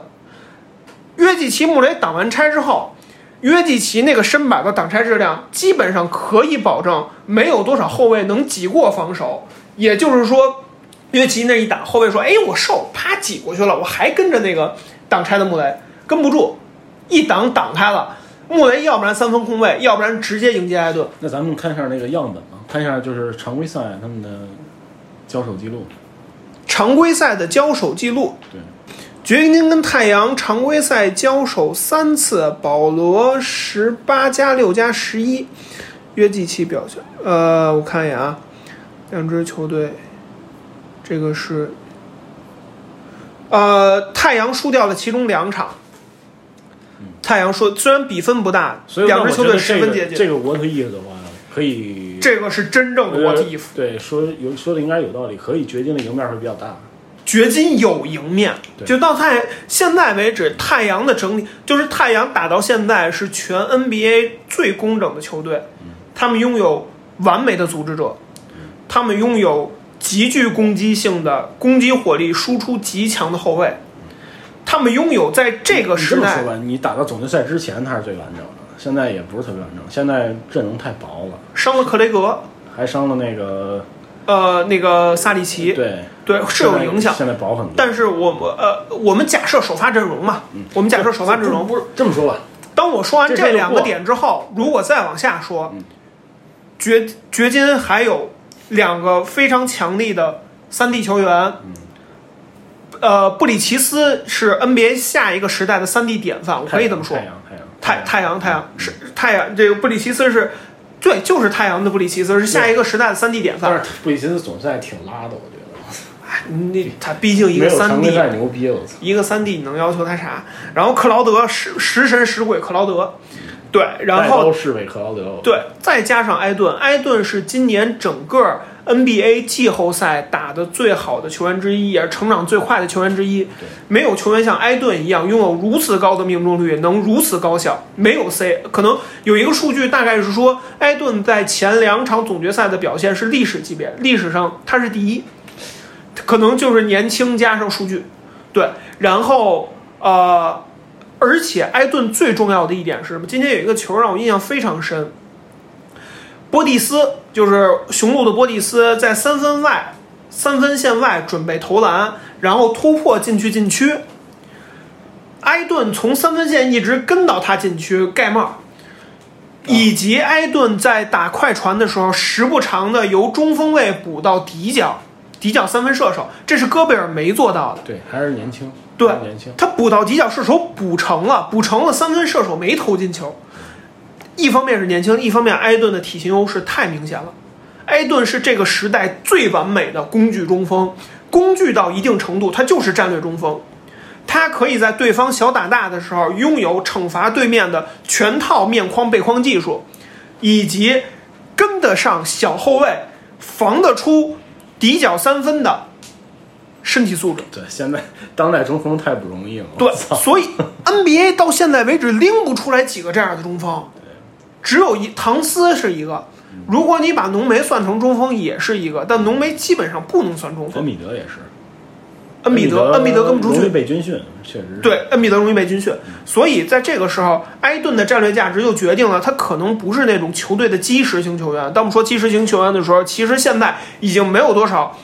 [SPEAKER 2] 约基奇、穆雷挡完拆之后，约基奇那个身板的挡拆质量基本上可以保证没有多少后卫能挤过防守。也就是说，约基奇那一挡，后卫说：“哎，我瘦，啪挤过去了，我还跟着那个挡拆的穆雷，跟不住，一挡挡开了。”穆雷要不然三分空位，要不然直接迎接埃顿。
[SPEAKER 1] 那咱们看一下那个样本啊，看一下就是常规赛他们的交手记录。
[SPEAKER 2] 常规赛的交手记录，
[SPEAKER 1] 对，
[SPEAKER 2] 掘金跟太阳常规赛交手三次，保罗十八加六加十一，约基奇表现。呃，我看一眼啊，两支球队，这个是，呃，太阳输掉了其中两场。太阳输，虽然比分不
[SPEAKER 1] 嗯
[SPEAKER 2] 大，
[SPEAKER 1] 所以
[SPEAKER 2] 两支球队十分接
[SPEAKER 1] 接
[SPEAKER 2] 近。
[SPEAKER 1] 近。这个 what if 的话，可以
[SPEAKER 2] 这个是真正的
[SPEAKER 1] 呃
[SPEAKER 2] what if。
[SPEAKER 1] 对说有说的应该有道理，可以掘金的赢面会比较大。
[SPEAKER 2] 掘金有赢面，
[SPEAKER 1] 对
[SPEAKER 2] 就到太现在为止，太阳的整体就是太阳打到现在是全 NBA 最工整的球队，
[SPEAKER 1] 嗯
[SPEAKER 2] 他们拥有完美的组织者，他们拥有极具攻击性的攻击火力输出极强的后卫，他们拥有在这个
[SPEAKER 1] 嗯你这
[SPEAKER 2] 时
[SPEAKER 1] 么
[SPEAKER 2] 代
[SPEAKER 1] 说吧，你打到总决赛之前他是最完整的，现在也不是特别完整，现在阵容太薄了，
[SPEAKER 2] 伤了克雷格，
[SPEAKER 1] 还伤了那个
[SPEAKER 2] 呃，那个萨里奇，
[SPEAKER 1] 对
[SPEAKER 2] 对是有影
[SPEAKER 1] 现
[SPEAKER 2] 响。
[SPEAKER 1] 在现在薄很多。
[SPEAKER 2] 但是我们呃，我们假设首发阵容嘛，我们假设首发阵
[SPEAKER 1] 嗯
[SPEAKER 2] 容
[SPEAKER 1] 不是这么说吧？
[SPEAKER 2] 当我说完
[SPEAKER 1] 这事儿
[SPEAKER 2] 这
[SPEAKER 1] 就
[SPEAKER 2] 两
[SPEAKER 1] 过嗯
[SPEAKER 2] 个
[SPEAKER 1] 了
[SPEAKER 2] 点之后，如果再往下说，掘掘金还有两个非常强力的三 D 球员，
[SPEAKER 1] 嗯
[SPEAKER 2] 呃，布里奇斯是 NBA 下一个时代的三 D 典范，我可以这么说
[SPEAKER 1] 太。阳太阳嗯
[SPEAKER 2] 太太阳太阳是太阳，这个布里奇斯是，对，就是太阳的布里奇斯是下一个时代的三 D 典范
[SPEAKER 1] 但。是布里奇斯总赛挺拉的，我觉得。
[SPEAKER 2] 哎你他毕竟一
[SPEAKER 1] 没
[SPEAKER 2] 个
[SPEAKER 1] 有
[SPEAKER 2] 三
[SPEAKER 1] 常规
[SPEAKER 2] D
[SPEAKER 1] 赛牛逼，我操！
[SPEAKER 2] 一个三 D 你能要求他啥？然后克劳德食食神食鬼克劳德，对，然
[SPEAKER 1] 带刀
[SPEAKER 2] 后
[SPEAKER 1] 是韦克劳德，，
[SPEAKER 2] 对，再加上埃顿，埃顿是今年整个 NBA 季后赛打的最好的球员之一，也是成长最快的球员之一。没有球员像埃顿一样拥有如此高的命中率，能如此高效。没有 C，可能有一个数据大概是说，埃顿在前两场总决赛的表现是历史级别，历史上他是第一，可能就是年轻加上数据，对，然后呃。而且埃顿最重要的一点是什么？今天有一个球让我印象非常深，波蒂斯就是雄鹿的波蒂斯，在三分外、三分线外准备投篮，然后突破禁区禁区。埃顿从三分线一直跟到他禁区盖帽，以及埃顿在打快传的时候，时不常的由中锋位补到底角，底角三分射手，这是戈贝尔没做到的。
[SPEAKER 1] 对，还是年轻，
[SPEAKER 2] 对
[SPEAKER 1] 还是年轻，
[SPEAKER 2] 他补到底角射手补成了，补成了三分射手没投进球。一方面是年轻，一方面埃顿的体型优势太明显了。埃顿是这个时代最完美的工具中锋，工具到一定程度，他就是战略中锋。他可以在对方小打大的时候，拥有惩罚对面的全套面框背框技术，以及跟得上小后卫，防得出底角三分的身体素质。
[SPEAKER 1] 对，现在当代中锋太不容易了，我
[SPEAKER 2] 对，
[SPEAKER 1] 操
[SPEAKER 2] 所以 NBA 到现在为止拎不出来几个这样的中锋，只有一唐斯是一个。如果你把浓眉算成中锋，也是一个，但浓眉基本上不能算中
[SPEAKER 1] 恩
[SPEAKER 2] 锋。
[SPEAKER 1] 比德也是，
[SPEAKER 2] 恩比德，恩比德跟不出
[SPEAKER 1] 容易
[SPEAKER 2] 去，
[SPEAKER 1] 被军训，确实是
[SPEAKER 2] 对，恩比德容易被军训。所以在这个时候，埃顿的战略价值就决定了他可能不是那种球队的基石型球员。当我们说基石型球员的时候，其实现在已经没有多少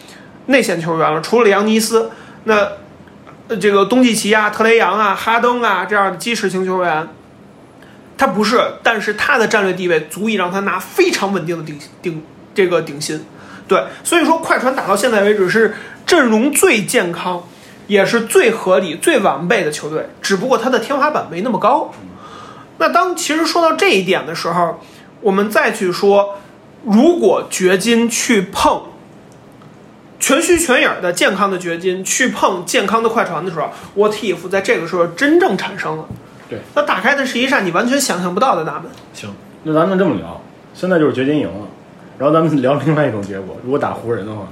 [SPEAKER 2] 内线球员了，除了扬尼斯，那呃这个东契奇啊、特雷杨啊、哈登啊这样的基石型球员，他不是，但是他的战略地位足以让他拿非常稳定的顶顶这个顶薪。对，所以说快船打到现在为止是阵容最健康，也是最合理、最完备的球队，只不过它的天花板没那么高。那当其实说到这一点的时候，我们再去说，如果掘金去碰全虚全影儿的健康的掘金去碰健康的快船的时候，What if 在这个时候真正产生了？
[SPEAKER 1] 对，
[SPEAKER 2] 那打开的是一扇你完全想象不到的大门。
[SPEAKER 1] 行，那咱们这么聊，现在就是掘金赢了，然后咱们聊另外一种结果，如果打湖人的话，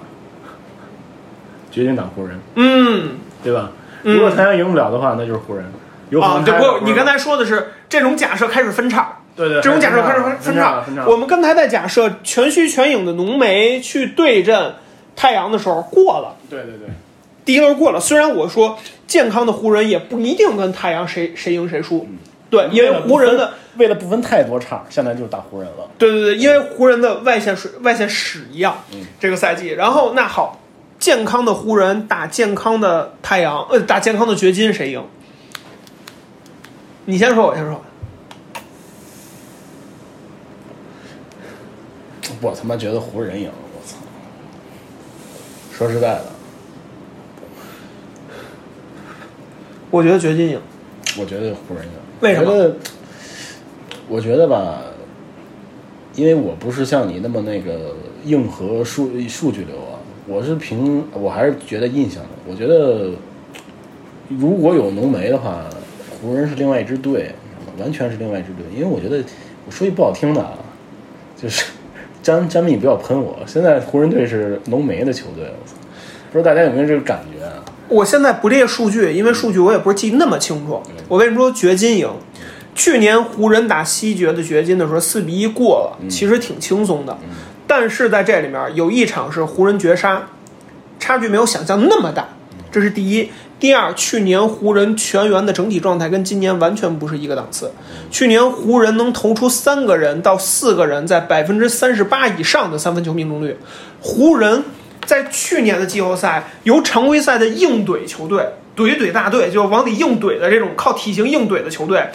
[SPEAKER 1] 掘金打湖人，
[SPEAKER 2] 嗯，
[SPEAKER 1] 对吧？如果太阳赢不了的话，那就是湖人。有可
[SPEAKER 2] 啊
[SPEAKER 1] 能，
[SPEAKER 2] 对，
[SPEAKER 1] 太
[SPEAKER 2] 不
[SPEAKER 1] 阳
[SPEAKER 2] 过你刚才说的是这种假设开始分叉，
[SPEAKER 1] 对对
[SPEAKER 2] 这种假设开始
[SPEAKER 1] 分
[SPEAKER 2] 分
[SPEAKER 1] 叉
[SPEAKER 2] 叉
[SPEAKER 1] 分。
[SPEAKER 2] 我们刚才在假设全虚全影的浓眉去对阵太阳的时候过了，
[SPEAKER 1] 对对对，
[SPEAKER 2] 第一轮过了。虽然我说健康的湖人也不一定跟太阳谁谁赢谁输，对，因为湖人的
[SPEAKER 1] 为了不分太多差，现在就是打湖人了。
[SPEAKER 2] 对对对，因为湖人的外线水外线屎一样，这个赛季。然后那好，健康的湖人打健康的太阳，呃，打健康的掘金谁赢？你先说，我先说。
[SPEAKER 1] 我他妈觉得湖人赢了，我操！说实在的，
[SPEAKER 2] 我觉得掘金赢。
[SPEAKER 1] 我觉得湖人赢。
[SPEAKER 2] 为什么
[SPEAKER 1] 我觉得？我觉得吧，因为我不是像你那么那个硬核数数据流啊，我是凭我还是觉得印象的。我觉得如果有浓眉的话，湖人是另外一支队，完全是另外一支队。因为我觉得我说句不好听的啊，就是詹詹米不要喷我，现在湖人队是浓眉的球队，我操！不知道大家有没有这个感觉啊？
[SPEAKER 2] 我现在不列数据，因为数据我也不是记那么清楚。我为什么说掘金赢？去年湖人打西决的掘金的时候，四比一过了，其实挺轻松的。但是在这里面有一场是湖人绝杀，差距没有想象那么大，这是第一。第二，去年湖人全员的整体状态跟今年完全不是一个档次。去年湖人能投出三个人到四个人在百分之三十八以上的三分球命中率，湖人在去年的季后赛由常规赛的硬怼球队，怼怼大队，就是往里硬怼的这种靠体型硬怼的球队，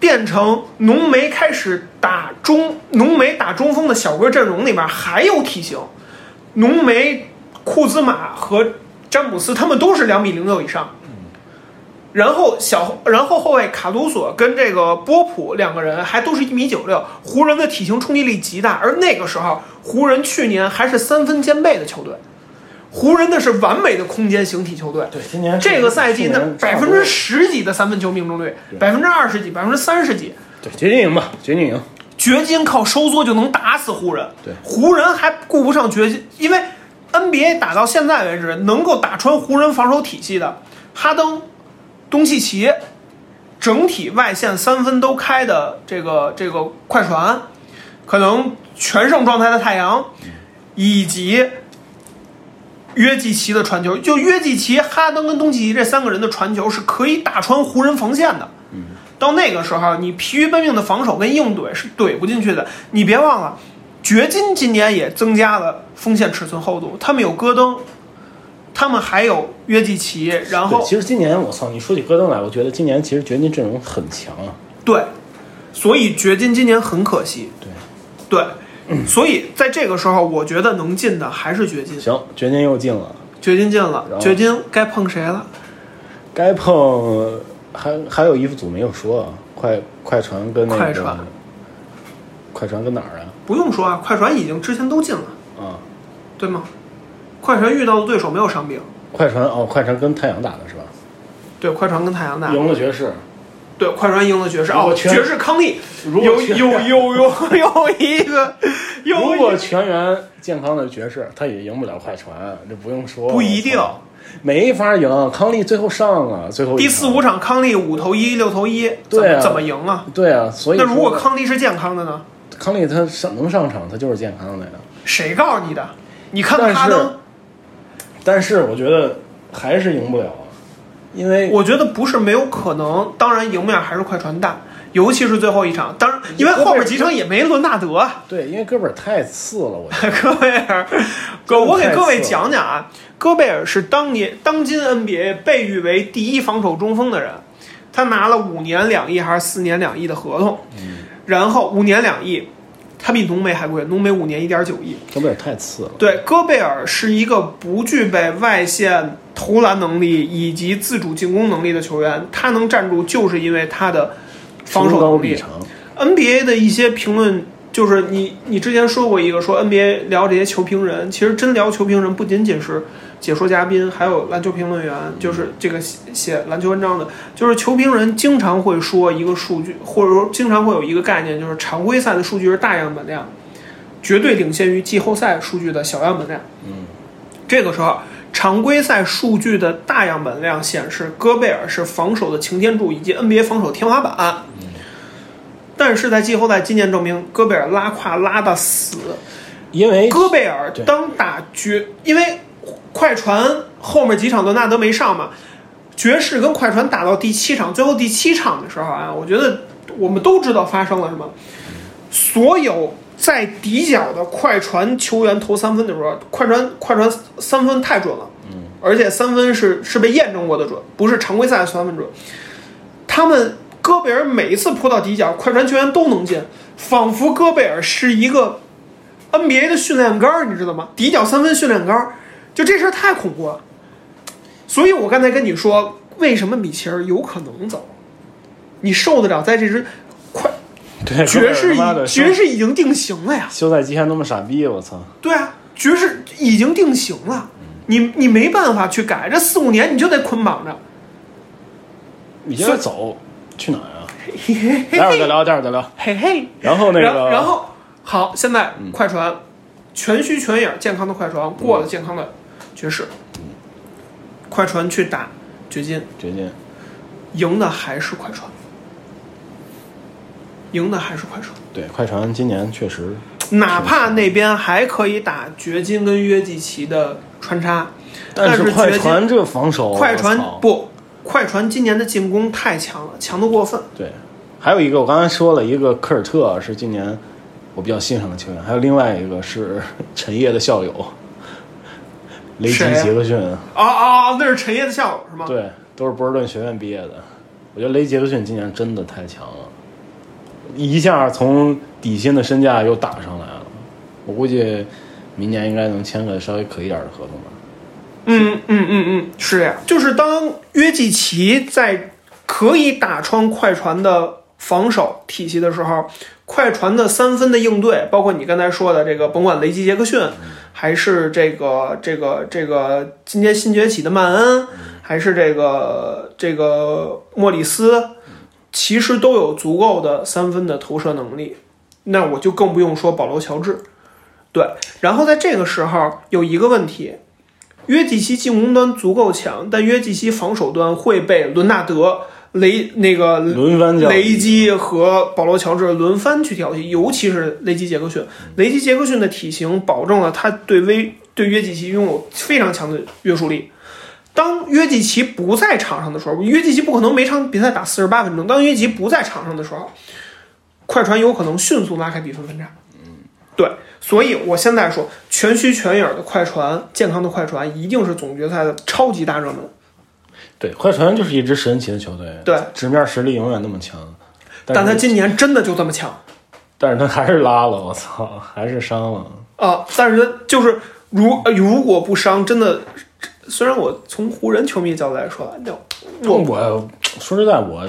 [SPEAKER 2] 变成浓眉开始打中浓眉打中锋的小个阵容里面还有体型，浓眉、库兹马和詹姆斯他们都是两米零六以上。然后小，然后后卫卡鲁索跟这个波普两个人还都是一米九六，湖人的体型冲击力极大。而那个时候，湖人去年还是三分兼备的球队，湖人那是完美的空间型体球队。
[SPEAKER 1] 对，今年
[SPEAKER 2] 这个赛季那百分之
[SPEAKER 1] 十，
[SPEAKER 2] 十几的三分球命中率，百分之二十几，百分之三十几，
[SPEAKER 1] 对，掘金赢吧，掘金赢。
[SPEAKER 2] 掘金靠收缩就能打死湖人。
[SPEAKER 1] 对
[SPEAKER 2] 湖人还顾不上掘金，因为 NBA 打到现在为止，能够打穿湖人防守体系的哈登、东契奇，整体外线三分都开的这个这个快船，可能全盛状态的太阳，以及。约基奇的传球，就约基奇、哈登跟东契奇这三个人的传球是可以打穿湖人防线的。
[SPEAKER 1] 嗯
[SPEAKER 2] 到那个时候，你疲于奔命的防守跟硬怼是怼不进去的。你别忘了，掘金今年也增加了锋线尺寸厚度，他们有戈登，他们还有约基奇，然
[SPEAKER 1] 对，
[SPEAKER 2] 后
[SPEAKER 1] 其实今年我操，你说起戈登来，我觉得今年其实掘金阵容很强啊。
[SPEAKER 2] 对，所以掘金今年很可惜。
[SPEAKER 1] 对
[SPEAKER 2] 对，所以在这个时候，我觉得能进的还是掘金。
[SPEAKER 1] 行，掘金又进了，
[SPEAKER 2] 掘金进了
[SPEAKER 1] 然，后
[SPEAKER 2] 掘金该碰谁了？
[SPEAKER 1] 该碰还还有一组没有说啊，快快船跟那个
[SPEAKER 2] 快船，
[SPEAKER 1] 快船跟哪儿啊？
[SPEAKER 2] 不用说啊，快船已经之前都进了，
[SPEAKER 1] 啊，
[SPEAKER 2] 对吗？快船遇到的对手没有伤病，
[SPEAKER 1] 快船哦，快船跟太阳打的是吧？
[SPEAKER 2] 对，快船跟太阳打。
[SPEAKER 1] 赢了爵士，
[SPEAKER 2] 对，快船赢了爵士
[SPEAKER 1] 如果
[SPEAKER 2] 哦，
[SPEAKER 1] 全
[SPEAKER 2] 爵士康利
[SPEAKER 1] 如
[SPEAKER 2] 有
[SPEAKER 1] 果
[SPEAKER 2] 有
[SPEAKER 1] 全 (laughs)
[SPEAKER 2] 有有有一个有
[SPEAKER 1] 如果全员健康的爵士，他也赢不了快船，这不用说。
[SPEAKER 2] 不一定，
[SPEAKER 1] 没法赢。康利最后上了，最后一
[SPEAKER 2] 第
[SPEAKER 1] 场
[SPEAKER 2] 四五场康利五投一六投一，怎
[SPEAKER 1] 对
[SPEAKER 2] 么
[SPEAKER 1] 啊
[SPEAKER 2] 怎么赢啊？
[SPEAKER 1] 对啊，所以
[SPEAKER 2] 那如
[SPEAKER 1] 说
[SPEAKER 2] 果康利是健康的呢？
[SPEAKER 1] 康利他上能上场，他就是健康的呀。
[SPEAKER 2] 谁告诉你的？你看
[SPEAKER 1] 但是
[SPEAKER 2] 哈登，
[SPEAKER 1] 但是我觉得还是赢不了，啊因为
[SPEAKER 2] 我觉得不是没有可能，当然赢面还是快船大，尤其是最后一场，当然因为后边几场也没伦纳德啊。
[SPEAKER 1] 对，因为哥们儿太次了，我觉
[SPEAKER 2] (laughs)
[SPEAKER 1] 得
[SPEAKER 2] 戈贝
[SPEAKER 1] (laughs)
[SPEAKER 2] 尔，哥，
[SPEAKER 1] 真的
[SPEAKER 2] 我给
[SPEAKER 1] 太
[SPEAKER 2] 各位
[SPEAKER 1] 次了
[SPEAKER 2] 讲讲啊，戈贝尔是当年当今 NBA 被誉为第一防守中锋的人，他拿了五年两亿还是四年两亿的合同，
[SPEAKER 1] 嗯
[SPEAKER 2] 然后五年两亿，他比浓眉还贵，浓眉五年一点九亿。
[SPEAKER 1] 哥们儿太次了。
[SPEAKER 2] 对，戈贝尔是一个不具备外线投篮能力以及自主进攻能力的球员，他能站住就是因为他的防守
[SPEAKER 1] 身高
[SPEAKER 2] 能
[SPEAKER 1] 比
[SPEAKER 2] 力。
[SPEAKER 1] 长，
[SPEAKER 2] NBA 的一些评论，就是你你之前说过一个说 NBA 聊这些球评人，其实真聊球评人不仅仅是解说嘉宾，还有篮球评论员，就是这个写写篮球文章的，就是球评人经常会说一个数据，或者说经常会有一个概念，就是常规赛的数据是大样本量，绝对领先于季后赛数据的小样本量。
[SPEAKER 1] 嗯，
[SPEAKER 2] 这个时候。常规赛数据的大样本量显示，戈贝尔是防守的擎天柱以及 NBA 防守天花板。但是在季后赛，今年证明戈贝尔拉胯拉的死。
[SPEAKER 1] 因为
[SPEAKER 2] 戈贝尔
[SPEAKER 1] 对
[SPEAKER 2] 当打爵，因为快船后面几场伦纳德没上嘛，爵士跟快船打到第七场，最后第七场的时候啊，我觉得我们都知道发生了什么。所有在底角的快船球员投三分的时候，快船快船三分太准了，而且三分是是被验证过的准，不是常规赛的三分准。他们戈贝尔每一次扑到底角，快船球员都能进，仿佛戈贝尔是一个 NBA 的训练杆儿，你知道吗？底角三分训练杆儿，就这事儿太恐怖了。所以我刚才跟你说，为什么米切尔有可能走？你受得了在这支快
[SPEAKER 1] 对
[SPEAKER 2] 爵士
[SPEAKER 1] 哥们儿
[SPEAKER 2] 已
[SPEAKER 1] 他妈的
[SPEAKER 2] 爵
[SPEAKER 1] 休
[SPEAKER 2] 士已经定型了呀？
[SPEAKER 1] 休赛期还那么傻逼，我操！
[SPEAKER 2] 对啊，爵士已经定型了，你你没办法去改，这四五年你就得捆绑着。
[SPEAKER 1] 你现在走去哪
[SPEAKER 2] (laughs)
[SPEAKER 1] 儿啊？待会儿再聊，待会儿再聊。
[SPEAKER 2] 嘿嘿，
[SPEAKER 1] 然后那
[SPEAKER 2] 然后
[SPEAKER 1] 个，
[SPEAKER 2] 然后好，现在快船、全虚全影健康的快船过了健康的爵士，快船去打掘金，
[SPEAKER 1] 掘金，
[SPEAKER 2] 赢的还是快船，赢的还是快船，
[SPEAKER 1] 对快船今年确实
[SPEAKER 2] 哪怕那边还可以打掘金跟约基奇的穿插，但
[SPEAKER 1] 是
[SPEAKER 2] 是
[SPEAKER 1] 快
[SPEAKER 2] 掘金
[SPEAKER 1] 船这防守，
[SPEAKER 2] 快船
[SPEAKER 1] 我操
[SPEAKER 2] 不，快船今年的进攻太强了，强的过分。
[SPEAKER 1] 对，还有一个我刚才说了一个科尔特是今年我比较欣赏的球员，还有另外一个是 (laughs) 陈烨的校友雷吉
[SPEAKER 2] 谁呀
[SPEAKER 1] 杰克逊，
[SPEAKER 2] 哦哦，那是陈烨的校友是吗？，
[SPEAKER 1] 对，都是波士顿学院毕业的。我觉得雷杰克逊今年真的太强了，一下从底薪的身价又打上来了。我估计明年应该能签个稍微可一点的合同吧。
[SPEAKER 2] 嗯嗯嗯嗯，是呀，就是当约基奇在可以打穿快船的防守体系的时候，快船的三分的应对，包括你刚才说的这个，甭管雷吉杰克逊，还是这个这个这个今天新崛起的曼恩，还是这个这个莫里斯，其实都有足够的三分的投射能力。那我就更不用说保罗乔治，对。然后在这个时候有一个问题，约基奇进攻端足够强，但约基奇防守端会被伦纳德、雷那个
[SPEAKER 1] 轮番教
[SPEAKER 2] 雷基和保罗·乔治轮番去挑起，尤其是雷基·杰克逊。雷基·杰克逊的体型保证了他对威对约基奇拥有非常强的约束力。当约基奇不在场上的时候，约基奇不可能每场比赛打四十八分钟。当约基奇不在场上的时候，快船有可能迅速拉开比分分差。嗯，对，所以我现在说，全虚全影的快船，健康的快船一定是总决赛的超级大热门。
[SPEAKER 1] 对，快船就是一支神奇的球队，
[SPEAKER 2] 对，
[SPEAKER 1] 直面实力永远那么强，
[SPEAKER 2] 但
[SPEAKER 1] 是
[SPEAKER 2] 他今年真的就这么强啊、
[SPEAKER 1] 但是他还是拉了，我操，还是伤了。
[SPEAKER 2] 啊但是他就是如呃如果不伤，真的，虽然我从湖人球迷角度来说，啊那我
[SPEAKER 1] 我说实在，我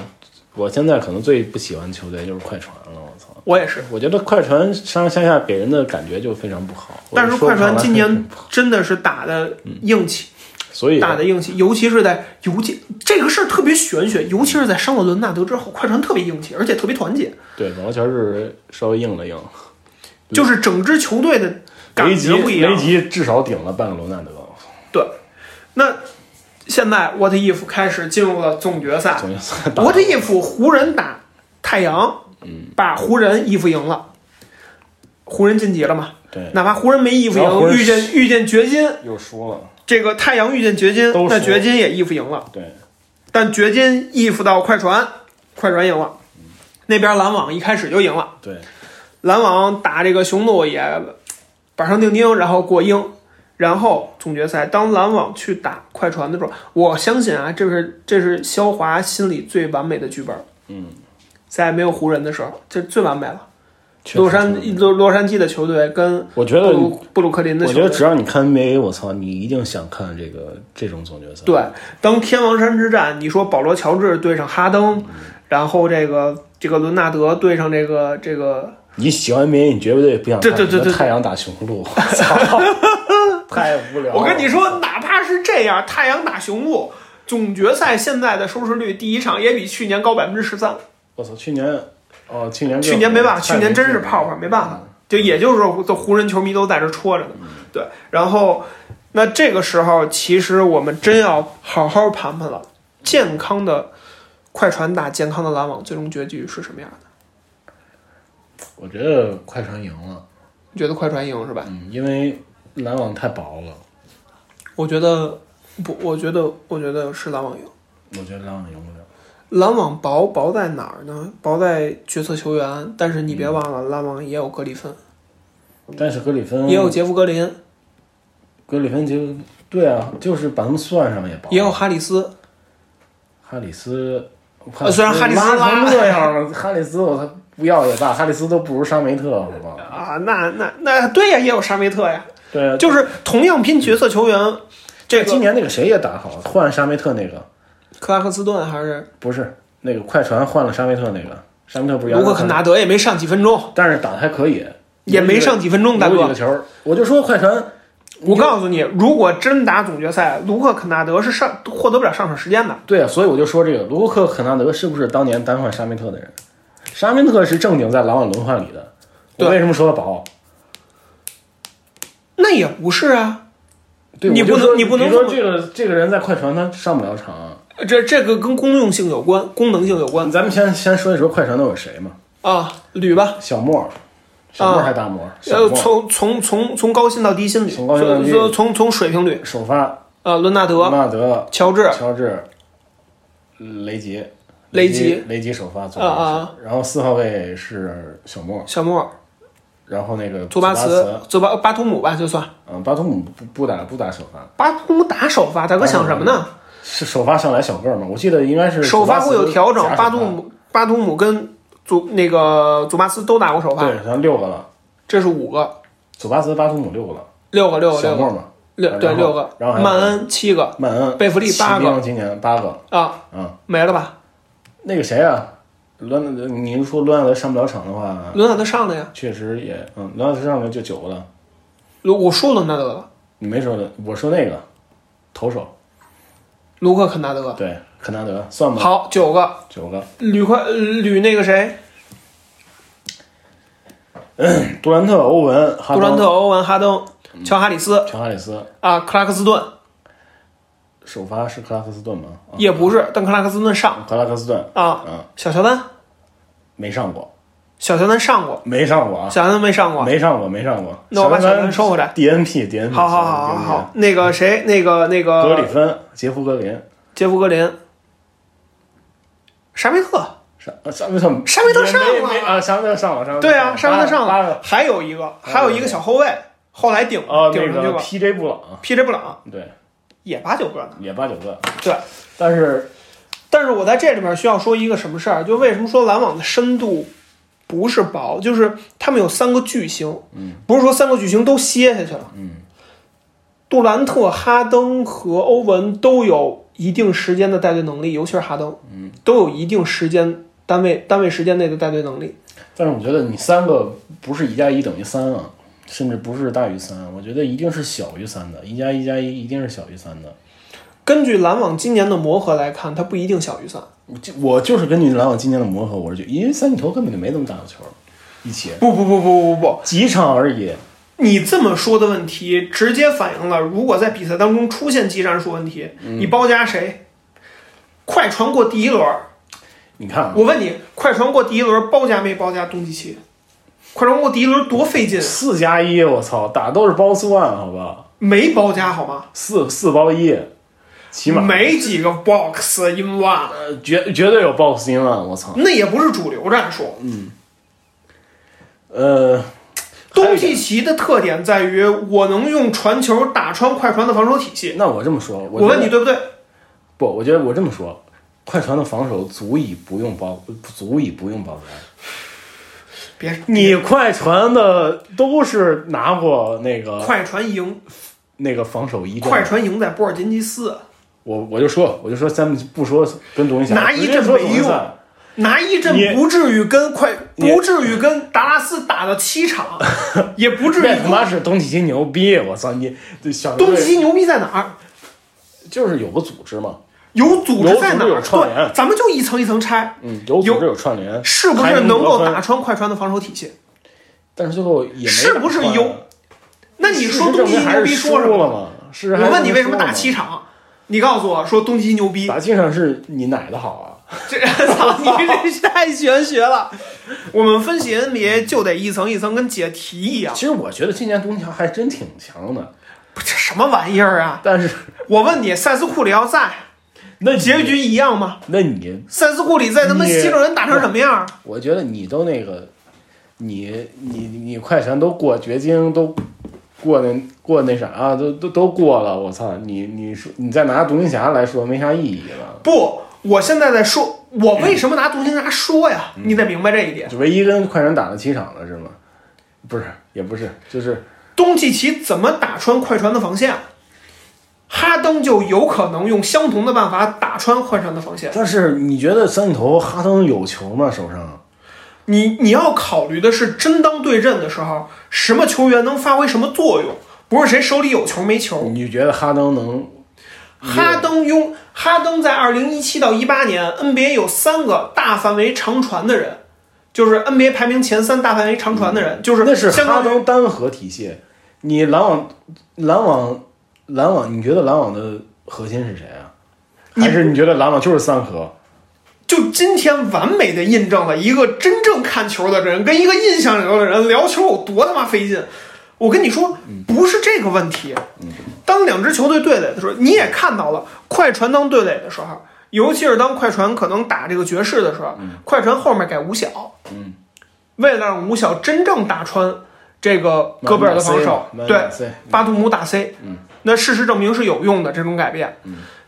[SPEAKER 1] 我现在可能最不喜欢球队就是快船了，我操。
[SPEAKER 2] 我也是。
[SPEAKER 1] 我觉得快船上上下下给人的感觉就非常不好，嗯
[SPEAKER 2] 但是快船今
[SPEAKER 1] (laughs) 我就说不上来
[SPEAKER 2] 年真的是打的硬气，
[SPEAKER 1] 所以
[SPEAKER 2] 打的硬气，尤其是在尤其这个事儿特别玄学，尤其是在伤了伦纳德之后，快船特别硬气，而且特别团结。
[SPEAKER 1] 对保罗乔治稍微硬了硬，
[SPEAKER 2] 就是整支球队的感
[SPEAKER 1] 雷吉
[SPEAKER 2] 觉不一样。
[SPEAKER 1] 雷吉至少顶了半个罗纳德，
[SPEAKER 2] 对，那现在 What If 开始进入了总决赛
[SPEAKER 1] 总决赛打 (laughs)
[SPEAKER 2] ，What If 湖人打太阳，
[SPEAKER 1] 嗯
[SPEAKER 2] 把湖人 if 赢了，湖人晋级了嘛？
[SPEAKER 1] 对，
[SPEAKER 2] 哪怕湖人没 if
[SPEAKER 1] 然后湖
[SPEAKER 2] 赢，
[SPEAKER 1] 人
[SPEAKER 2] 遇见遇见掘金，
[SPEAKER 1] 又输了，
[SPEAKER 2] 这个太阳遇见掘金
[SPEAKER 1] 都，输
[SPEAKER 2] 那
[SPEAKER 1] 了
[SPEAKER 2] 掘金也 if 赢了，
[SPEAKER 1] 对，
[SPEAKER 2] 但掘金 if 到快船，快船赢了，
[SPEAKER 1] 嗯
[SPEAKER 2] 那边篮网一开始就赢了。
[SPEAKER 1] 对，
[SPEAKER 2] 篮网打这个雄鹿也板上钉钉，然后过鹰，然后总决赛当篮网去打快船的时候，我相信啊，这是这是肖华心里最完美的剧本。
[SPEAKER 1] 嗯，
[SPEAKER 2] 在没有湖人的时候，这最完美了。
[SPEAKER 1] 确实
[SPEAKER 2] 洛杉
[SPEAKER 1] 是
[SPEAKER 2] 洛洛杉矶的球队跟
[SPEAKER 1] 我觉
[SPEAKER 2] 布
[SPEAKER 1] 得
[SPEAKER 2] 鲁布鲁克林
[SPEAKER 1] 嗯
[SPEAKER 2] 的
[SPEAKER 1] 我
[SPEAKER 2] 球
[SPEAKER 1] 觉得只
[SPEAKER 2] 队，
[SPEAKER 1] 要你看 NBA，我操，你一定想看这个这种总决赛，
[SPEAKER 2] 对，当天王山之战，你说保罗乔治对上哈
[SPEAKER 1] 嗯
[SPEAKER 2] 登，然后这个这个伦纳德对上这个这个
[SPEAKER 1] 你喜欢 NBA，你绝对不想
[SPEAKER 2] 对
[SPEAKER 1] 看
[SPEAKER 2] 对对
[SPEAKER 1] 什么
[SPEAKER 2] 对对
[SPEAKER 1] 太阳打雄鹿， (laughs) 我操，太无聊了。
[SPEAKER 2] 我跟你说，哪怕是这样，太阳打雄鹿，总决赛现在的收视率第一场也比去年高百分之十三。
[SPEAKER 1] 我操，去年哦，去年
[SPEAKER 2] 去年没办法，
[SPEAKER 1] 太
[SPEAKER 2] 去年真是
[SPEAKER 1] 劲了嗯
[SPEAKER 2] 泡泡，没办法。就也就是说，这湖人球迷都在这戳着呢。对，然后那这个时候，其实我们真要好好盘盘了，健康的快船打健康的篮网，最终结局是什么样的？
[SPEAKER 1] 我觉得快船赢了，
[SPEAKER 2] 你觉得快船赢是吧？
[SPEAKER 1] 嗯，因为篮网太薄了，
[SPEAKER 2] 我觉得不，我觉得我觉得是篮网赢。
[SPEAKER 1] 我觉得篮网赢不了。
[SPEAKER 2] 篮网薄薄在哪儿呢？薄在角色球员，但是你别忘了，篮网也有格里芬，
[SPEAKER 1] 但是格里芬
[SPEAKER 2] 也有杰夫格林，
[SPEAKER 1] 格里芬就对啊，就是把他们算上也薄，
[SPEAKER 2] 也有哈里斯。
[SPEAKER 1] 哈里斯，
[SPEAKER 2] 呃虽然哈里斯
[SPEAKER 1] 拉
[SPEAKER 2] 拉
[SPEAKER 1] 成这样了，哈里斯我他不要也罢，哈里斯都不如沙梅特，好吧？
[SPEAKER 2] 啊，那那那对呀，也有沙梅特呀，
[SPEAKER 1] 对啊，
[SPEAKER 2] 就是同样拼角色球员，这
[SPEAKER 1] 今
[SPEAKER 2] 个
[SPEAKER 1] 年那个谁也打好，换沙梅特那个
[SPEAKER 2] 克拉克斯顿还是
[SPEAKER 1] 不是那个快船换了沙梅特那个，沙梅特不是
[SPEAKER 2] 卢克肯
[SPEAKER 1] 拿，
[SPEAKER 2] 纳德也没上几分钟，
[SPEAKER 1] 但是打的还可以，
[SPEAKER 2] 也没上几分钟，大
[SPEAKER 1] 有几
[SPEAKER 2] 哥
[SPEAKER 1] 个。球，我就说快船，
[SPEAKER 2] 我告诉你，如果真打总决赛，卢克肯纳德是上获得不了上场时间的。
[SPEAKER 1] 对啊，所以我就说这个卢克·肯纳德是不是当年单换沙梅特的人？沙梅特是正经在篮网轮换里的。
[SPEAKER 2] 对
[SPEAKER 1] 我为什么说他薄？
[SPEAKER 2] 那也不是啊，
[SPEAKER 1] 对，
[SPEAKER 2] 你
[SPEAKER 1] 我就
[SPEAKER 2] 不能
[SPEAKER 1] 说
[SPEAKER 2] 你不能
[SPEAKER 1] 比如说
[SPEAKER 2] 这
[SPEAKER 1] 这个这个人在快船他上不了场。
[SPEAKER 2] 这这个跟公用性有关，功能性有关
[SPEAKER 1] 咱们先先说一说快船都有谁嘛？
[SPEAKER 2] 啊，捋吧。
[SPEAKER 1] 小莫，小
[SPEAKER 2] 啊
[SPEAKER 1] 莫还大魔，小
[SPEAKER 2] 呃，
[SPEAKER 1] 莫
[SPEAKER 2] 从从从从高薪到低薪
[SPEAKER 1] 从高薪到
[SPEAKER 2] 捋，
[SPEAKER 1] 低
[SPEAKER 2] 从从从水平捋，
[SPEAKER 1] 首发
[SPEAKER 2] 呃，伦纳
[SPEAKER 1] 罗
[SPEAKER 2] 德、
[SPEAKER 1] 纳德、
[SPEAKER 2] 乔治，
[SPEAKER 1] 乔治、雷吉、
[SPEAKER 2] 雷吉
[SPEAKER 1] 吉、雷吉首发左
[SPEAKER 2] 啊啊
[SPEAKER 1] 边是，然后四号位是小莫，
[SPEAKER 2] 小莫、
[SPEAKER 1] 然后那个
[SPEAKER 2] 祖巴
[SPEAKER 1] 巴
[SPEAKER 2] 茨、祖巴巴图姆吧，就算
[SPEAKER 1] 嗯，巴图姆不不打不打首发，
[SPEAKER 2] 巴图姆打首发，大哥想什么呢？
[SPEAKER 1] 是首发上来小个儿吗？我记得应该是
[SPEAKER 2] 首发会有调整
[SPEAKER 1] 祖，斯
[SPEAKER 2] 巴
[SPEAKER 1] 加
[SPEAKER 2] 图
[SPEAKER 1] 首发
[SPEAKER 2] 姆巴图姆跟祖那个祖巴茨都打过首发，
[SPEAKER 1] 对，好像六个了，
[SPEAKER 2] 这是五个，
[SPEAKER 1] 祖巴茨、巴图姆六个了，
[SPEAKER 2] 六个六个
[SPEAKER 1] 小
[SPEAKER 2] 哦六
[SPEAKER 1] 莫
[SPEAKER 2] 个
[SPEAKER 1] 嘛，
[SPEAKER 2] 六对
[SPEAKER 1] 然后
[SPEAKER 2] 六个，
[SPEAKER 1] 然后还有
[SPEAKER 2] 曼恩七个
[SPEAKER 1] 曼恩、
[SPEAKER 2] 贝弗利
[SPEAKER 1] 骑
[SPEAKER 2] 八个
[SPEAKER 1] 兵今年八个，
[SPEAKER 2] 啊，
[SPEAKER 1] 嗯，
[SPEAKER 2] 没了吧？
[SPEAKER 1] 那个谁啊，罗纳德，你如说罗纳德上不了场的话，
[SPEAKER 2] 伦纳德上了呀，
[SPEAKER 1] 确实也，嗯，罗纳德上了就九个了，
[SPEAKER 2] 我说伦纳德了，
[SPEAKER 1] 你没说的，我说那个投手，
[SPEAKER 2] 卢克肯纳德。
[SPEAKER 1] 对，肯纳德算吗？，
[SPEAKER 2] 好，九个，
[SPEAKER 1] 九个。
[SPEAKER 2] 吕快呃吕那个谁，
[SPEAKER 1] 杜兰特、欧文、哈
[SPEAKER 2] 杜
[SPEAKER 1] 登
[SPEAKER 2] 兰特、欧文、哈登、乔哈里斯
[SPEAKER 1] 乔哈里斯，
[SPEAKER 2] 啊，克拉克斯顿
[SPEAKER 1] 首发是克拉克斯顿吗？啊，
[SPEAKER 2] 也不是，但克拉克斯顿上
[SPEAKER 1] 克拉克斯顿
[SPEAKER 2] 啊
[SPEAKER 1] 嗯，
[SPEAKER 2] 小乔丹，
[SPEAKER 1] 没上过，
[SPEAKER 2] 小乔丹上过，
[SPEAKER 1] 没上过啊，
[SPEAKER 2] 小乔丹没上过。
[SPEAKER 1] 没上过，没上过。
[SPEAKER 2] 那我把
[SPEAKER 1] 小
[SPEAKER 2] 小丹收回来
[SPEAKER 1] DNP DNP，
[SPEAKER 2] 好好好好好，，那个谁，那个那
[SPEAKER 1] 啊格里
[SPEAKER 2] 个
[SPEAKER 1] 芬、杰夫格林，
[SPEAKER 2] 杰夫格林，沙梅特，
[SPEAKER 1] 上呃上没上
[SPEAKER 2] 沙梅特上
[SPEAKER 1] 没
[SPEAKER 2] 了
[SPEAKER 1] 没啊，上没特上了，上没特
[SPEAKER 2] 对啊，沙梅特上
[SPEAKER 1] 八个
[SPEAKER 2] 了，还有一个还有一个小后卫，后来顶
[SPEAKER 1] 哦，
[SPEAKER 2] 顶
[SPEAKER 1] 那
[SPEAKER 2] 上去
[SPEAKER 1] 个
[SPEAKER 2] 了
[SPEAKER 1] PJ 布朗，
[SPEAKER 2] ，PJ 布朗
[SPEAKER 1] 啊对，
[SPEAKER 2] 也八九个呢，
[SPEAKER 1] 也八九个，
[SPEAKER 2] 对。
[SPEAKER 1] 但是
[SPEAKER 2] 但是我在这里边需要说一个什么事儿，就为什么说篮网的深度不是薄，就是他们有三个巨星，嗯，不是说三个巨星都歇下去了，嗯，杜兰特、哈登和欧文都有一定时间的带队能力，尤其是哈登，嗯，都有一定时间单位单位时间内的带队能力。
[SPEAKER 1] 但是我觉得你三个不是一加一等于三啊，甚至不是大于三，啊我觉得一定是小于三的，一加一加一一定是小于三的。
[SPEAKER 2] 根据篮网今年的磨合来看，它不一定小于三。
[SPEAKER 1] 我就我就是根据篮网今年的磨合，我是觉得，因为三巨头根本就没怎么打过球，一起
[SPEAKER 2] 不不不不不不不，
[SPEAKER 1] 几场而已。
[SPEAKER 2] 你这么说的问题，直接反映了如果在比赛当中出现技战术问题，
[SPEAKER 1] 嗯
[SPEAKER 2] 你包夹谁？快船过第一轮，
[SPEAKER 1] 你看啊，
[SPEAKER 2] 我问你，快船过第一轮包夹没包夹东契奇？快船过第一轮多费劲，啊
[SPEAKER 1] 四加一，我操，打都是包算，好吧，
[SPEAKER 2] 没包夹好吗？
[SPEAKER 1] 四四包一，起码
[SPEAKER 2] 没几个 box in one，
[SPEAKER 1] 呃绝绝对有 boss 音了，我操，
[SPEAKER 2] 那也不是主流战术。
[SPEAKER 1] 嗯呃，
[SPEAKER 2] 东契奇的特点在于，我能用传球打穿快船的防守体系。
[SPEAKER 1] 那我这么说，我
[SPEAKER 2] 我
[SPEAKER 1] 觉得
[SPEAKER 2] 问你对不对？
[SPEAKER 1] 不？我觉得我这么说，快船的防守足以不用包，足以不用包夹。
[SPEAKER 2] 别
[SPEAKER 1] 你快船的都是拿过那个
[SPEAKER 2] 快船赢，
[SPEAKER 1] 那个防守一战的
[SPEAKER 2] 快，船赢在波尔津吉斯，啊
[SPEAKER 1] 我我就说，我就说，咱们不说跟独行侠，
[SPEAKER 2] 拿一
[SPEAKER 1] 直接
[SPEAKER 2] 阵
[SPEAKER 1] 说
[SPEAKER 2] 没
[SPEAKER 1] 总决
[SPEAKER 2] 用
[SPEAKER 1] 赛
[SPEAKER 2] 拿一阵
[SPEAKER 1] 你
[SPEAKER 2] 不至于跟快，
[SPEAKER 1] 你
[SPEAKER 2] 不至于跟达拉斯打到七
[SPEAKER 1] (laughs)
[SPEAKER 2] 场，也不至于
[SPEAKER 1] 这他
[SPEAKER 2] 跟。
[SPEAKER 1] 妈是东契奇牛逼！我操你，这小牛
[SPEAKER 2] 东
[SPEAKER 1] 队
[SPEAKER 2] 契奇牛逼在哪儿？
[SPEAKER 1] 就是有个组织嘛，
[SPEAKER 2] 有组织在
[SPEAKER 1] 有组
[SPEAKER 2] 哪
[SPEAKER 1] 织有
[SPEAKER 2] 儿？
[SPEAKER 1] 串联
[SPEAKER 2] 对，咱们就一层一层拆，
[SPEAKER 1] 嗯，有组织有串联，
[SPEAKER 2] 是不
[SPEAKER 1] 还
[SPEAKER 2] 是能够
[SPEAKER 1] 得分
[SPEAKER 2] 打？穿快船的防守体系？
[SPEAKER 1] 但是最后也没
[SPEAKER 2] 是不是
[SPEAKER 1] 打穿
[SPEAKER 2] 有那你
[SPEAKER 1] 事
[SPEAKER 2] 说
[SPEAKER 1] 实
[SPEAKER 2] 东
[SPEAKER 1] 证
[SPEAKER 2] 契
[SPEAKER 1] 明
[SPEAKER 2] 奇
[SPEAKER 1] 还
[SPEAKER 2] 牛
[SPEAKER 1] 是
[SPEAKER 2] 逼说什
[SPEAKER 1] 输了
[SPEAKER 2] 么？
[SPEAKER 1] 嘛？是还
[SPEAKER 2] 我
[SPEAKER 1] 是
[SPEAKER 2] 问你为什么
[SPEAKER 1] 输了
[SPEAKER 2] 打
[SPEAKER 1] 嘛
[SPEAKER 2] 七？场？你告诉我说东契奇牛逼
[SPEAKER 1] 打，七场是你奶的好啊？
[SPEAKER 2] 这 (laughs) 操你这是太玄学了。我们分析 NBA 就得一层一层跟解题一样，
[SPEAKER 1] 其实我觉得今年东条还真挺强的，
[SPEAKER 2] 不这什么玩意儿啊！
[SPEAKER 1] 但是
[SPEAKER 2] 我问你，塞斯库里要在，
[SPEAKER 1] 那
[SPEAKER 2] 结局，一样吗？
[SPEAKER 1] 那你
[SPEAKER 2] 塞斯库里在他妈
[SPEAKER 1] 你
[SPEAKER 2] 西六人打成什么样？
[SPEAKER 1] 我觉得你都那个，你你你快船都过掘金都过那过那啥啊都都都过了，我操！你你说你再拿独行侠来说没啥意义了。
[SPEAKER 2] 不，我现在在说，我为什么拿独行侠说呀？你得明白这一点。
[SPEAKER 1] 唯一跟快船打了七场了是吗？不是，也不是，就是
[SPEAKER 2] 东契奇怎么打穿快船的防线，啊哈登就有可能用相同的办法打穿快船的防线。
[SPEAKER 1] 但是你觉得三巨头哈登有球吗？手上？
[SPEAKER 2] 你你要考虑的是，真当对阵的时候，什么球员能发挥什么作用，不是谁手里有球没球。
[SPEAKER 1] 你觉得哈登能？
[SPEAKER 2] 哈登拥哈登在二零一七到一八年 NBA 有三个大范围长传的人，就是 NBA 排名前三大范围长传的人，就是
[SPEAKER 1] 那是
[SPEAKER 2] 相
[SPEAKER 1] 哈
[SPEAKER 2] 当于
[SPEAKER 1] 登单核体系。你篮网，篮网，篮网，你觉得篮网的核心是谁啊？还是你觉得篮网就是三核？
[SPEAKER 2] 就今天完美的印证了一个真正看球的人跟一个印象流的人聊球有多他妈费劲。我跟你说，不是这个问题。当两支球队对垒的时候，你也看到了，快船当对垒的时候，尤其是当快船可能打这个爵士的时候，快船后面改五小，为了让五小真正打穿这个戈贝尔的防守
[SPEAKER 1] 满满 C 嘛，满
[SPEAKER 2] 对
[SPEAKER 1] 满 C，，
[SPEAKER 2] 巴图姆打 C，那事实证明是有用的这种改变。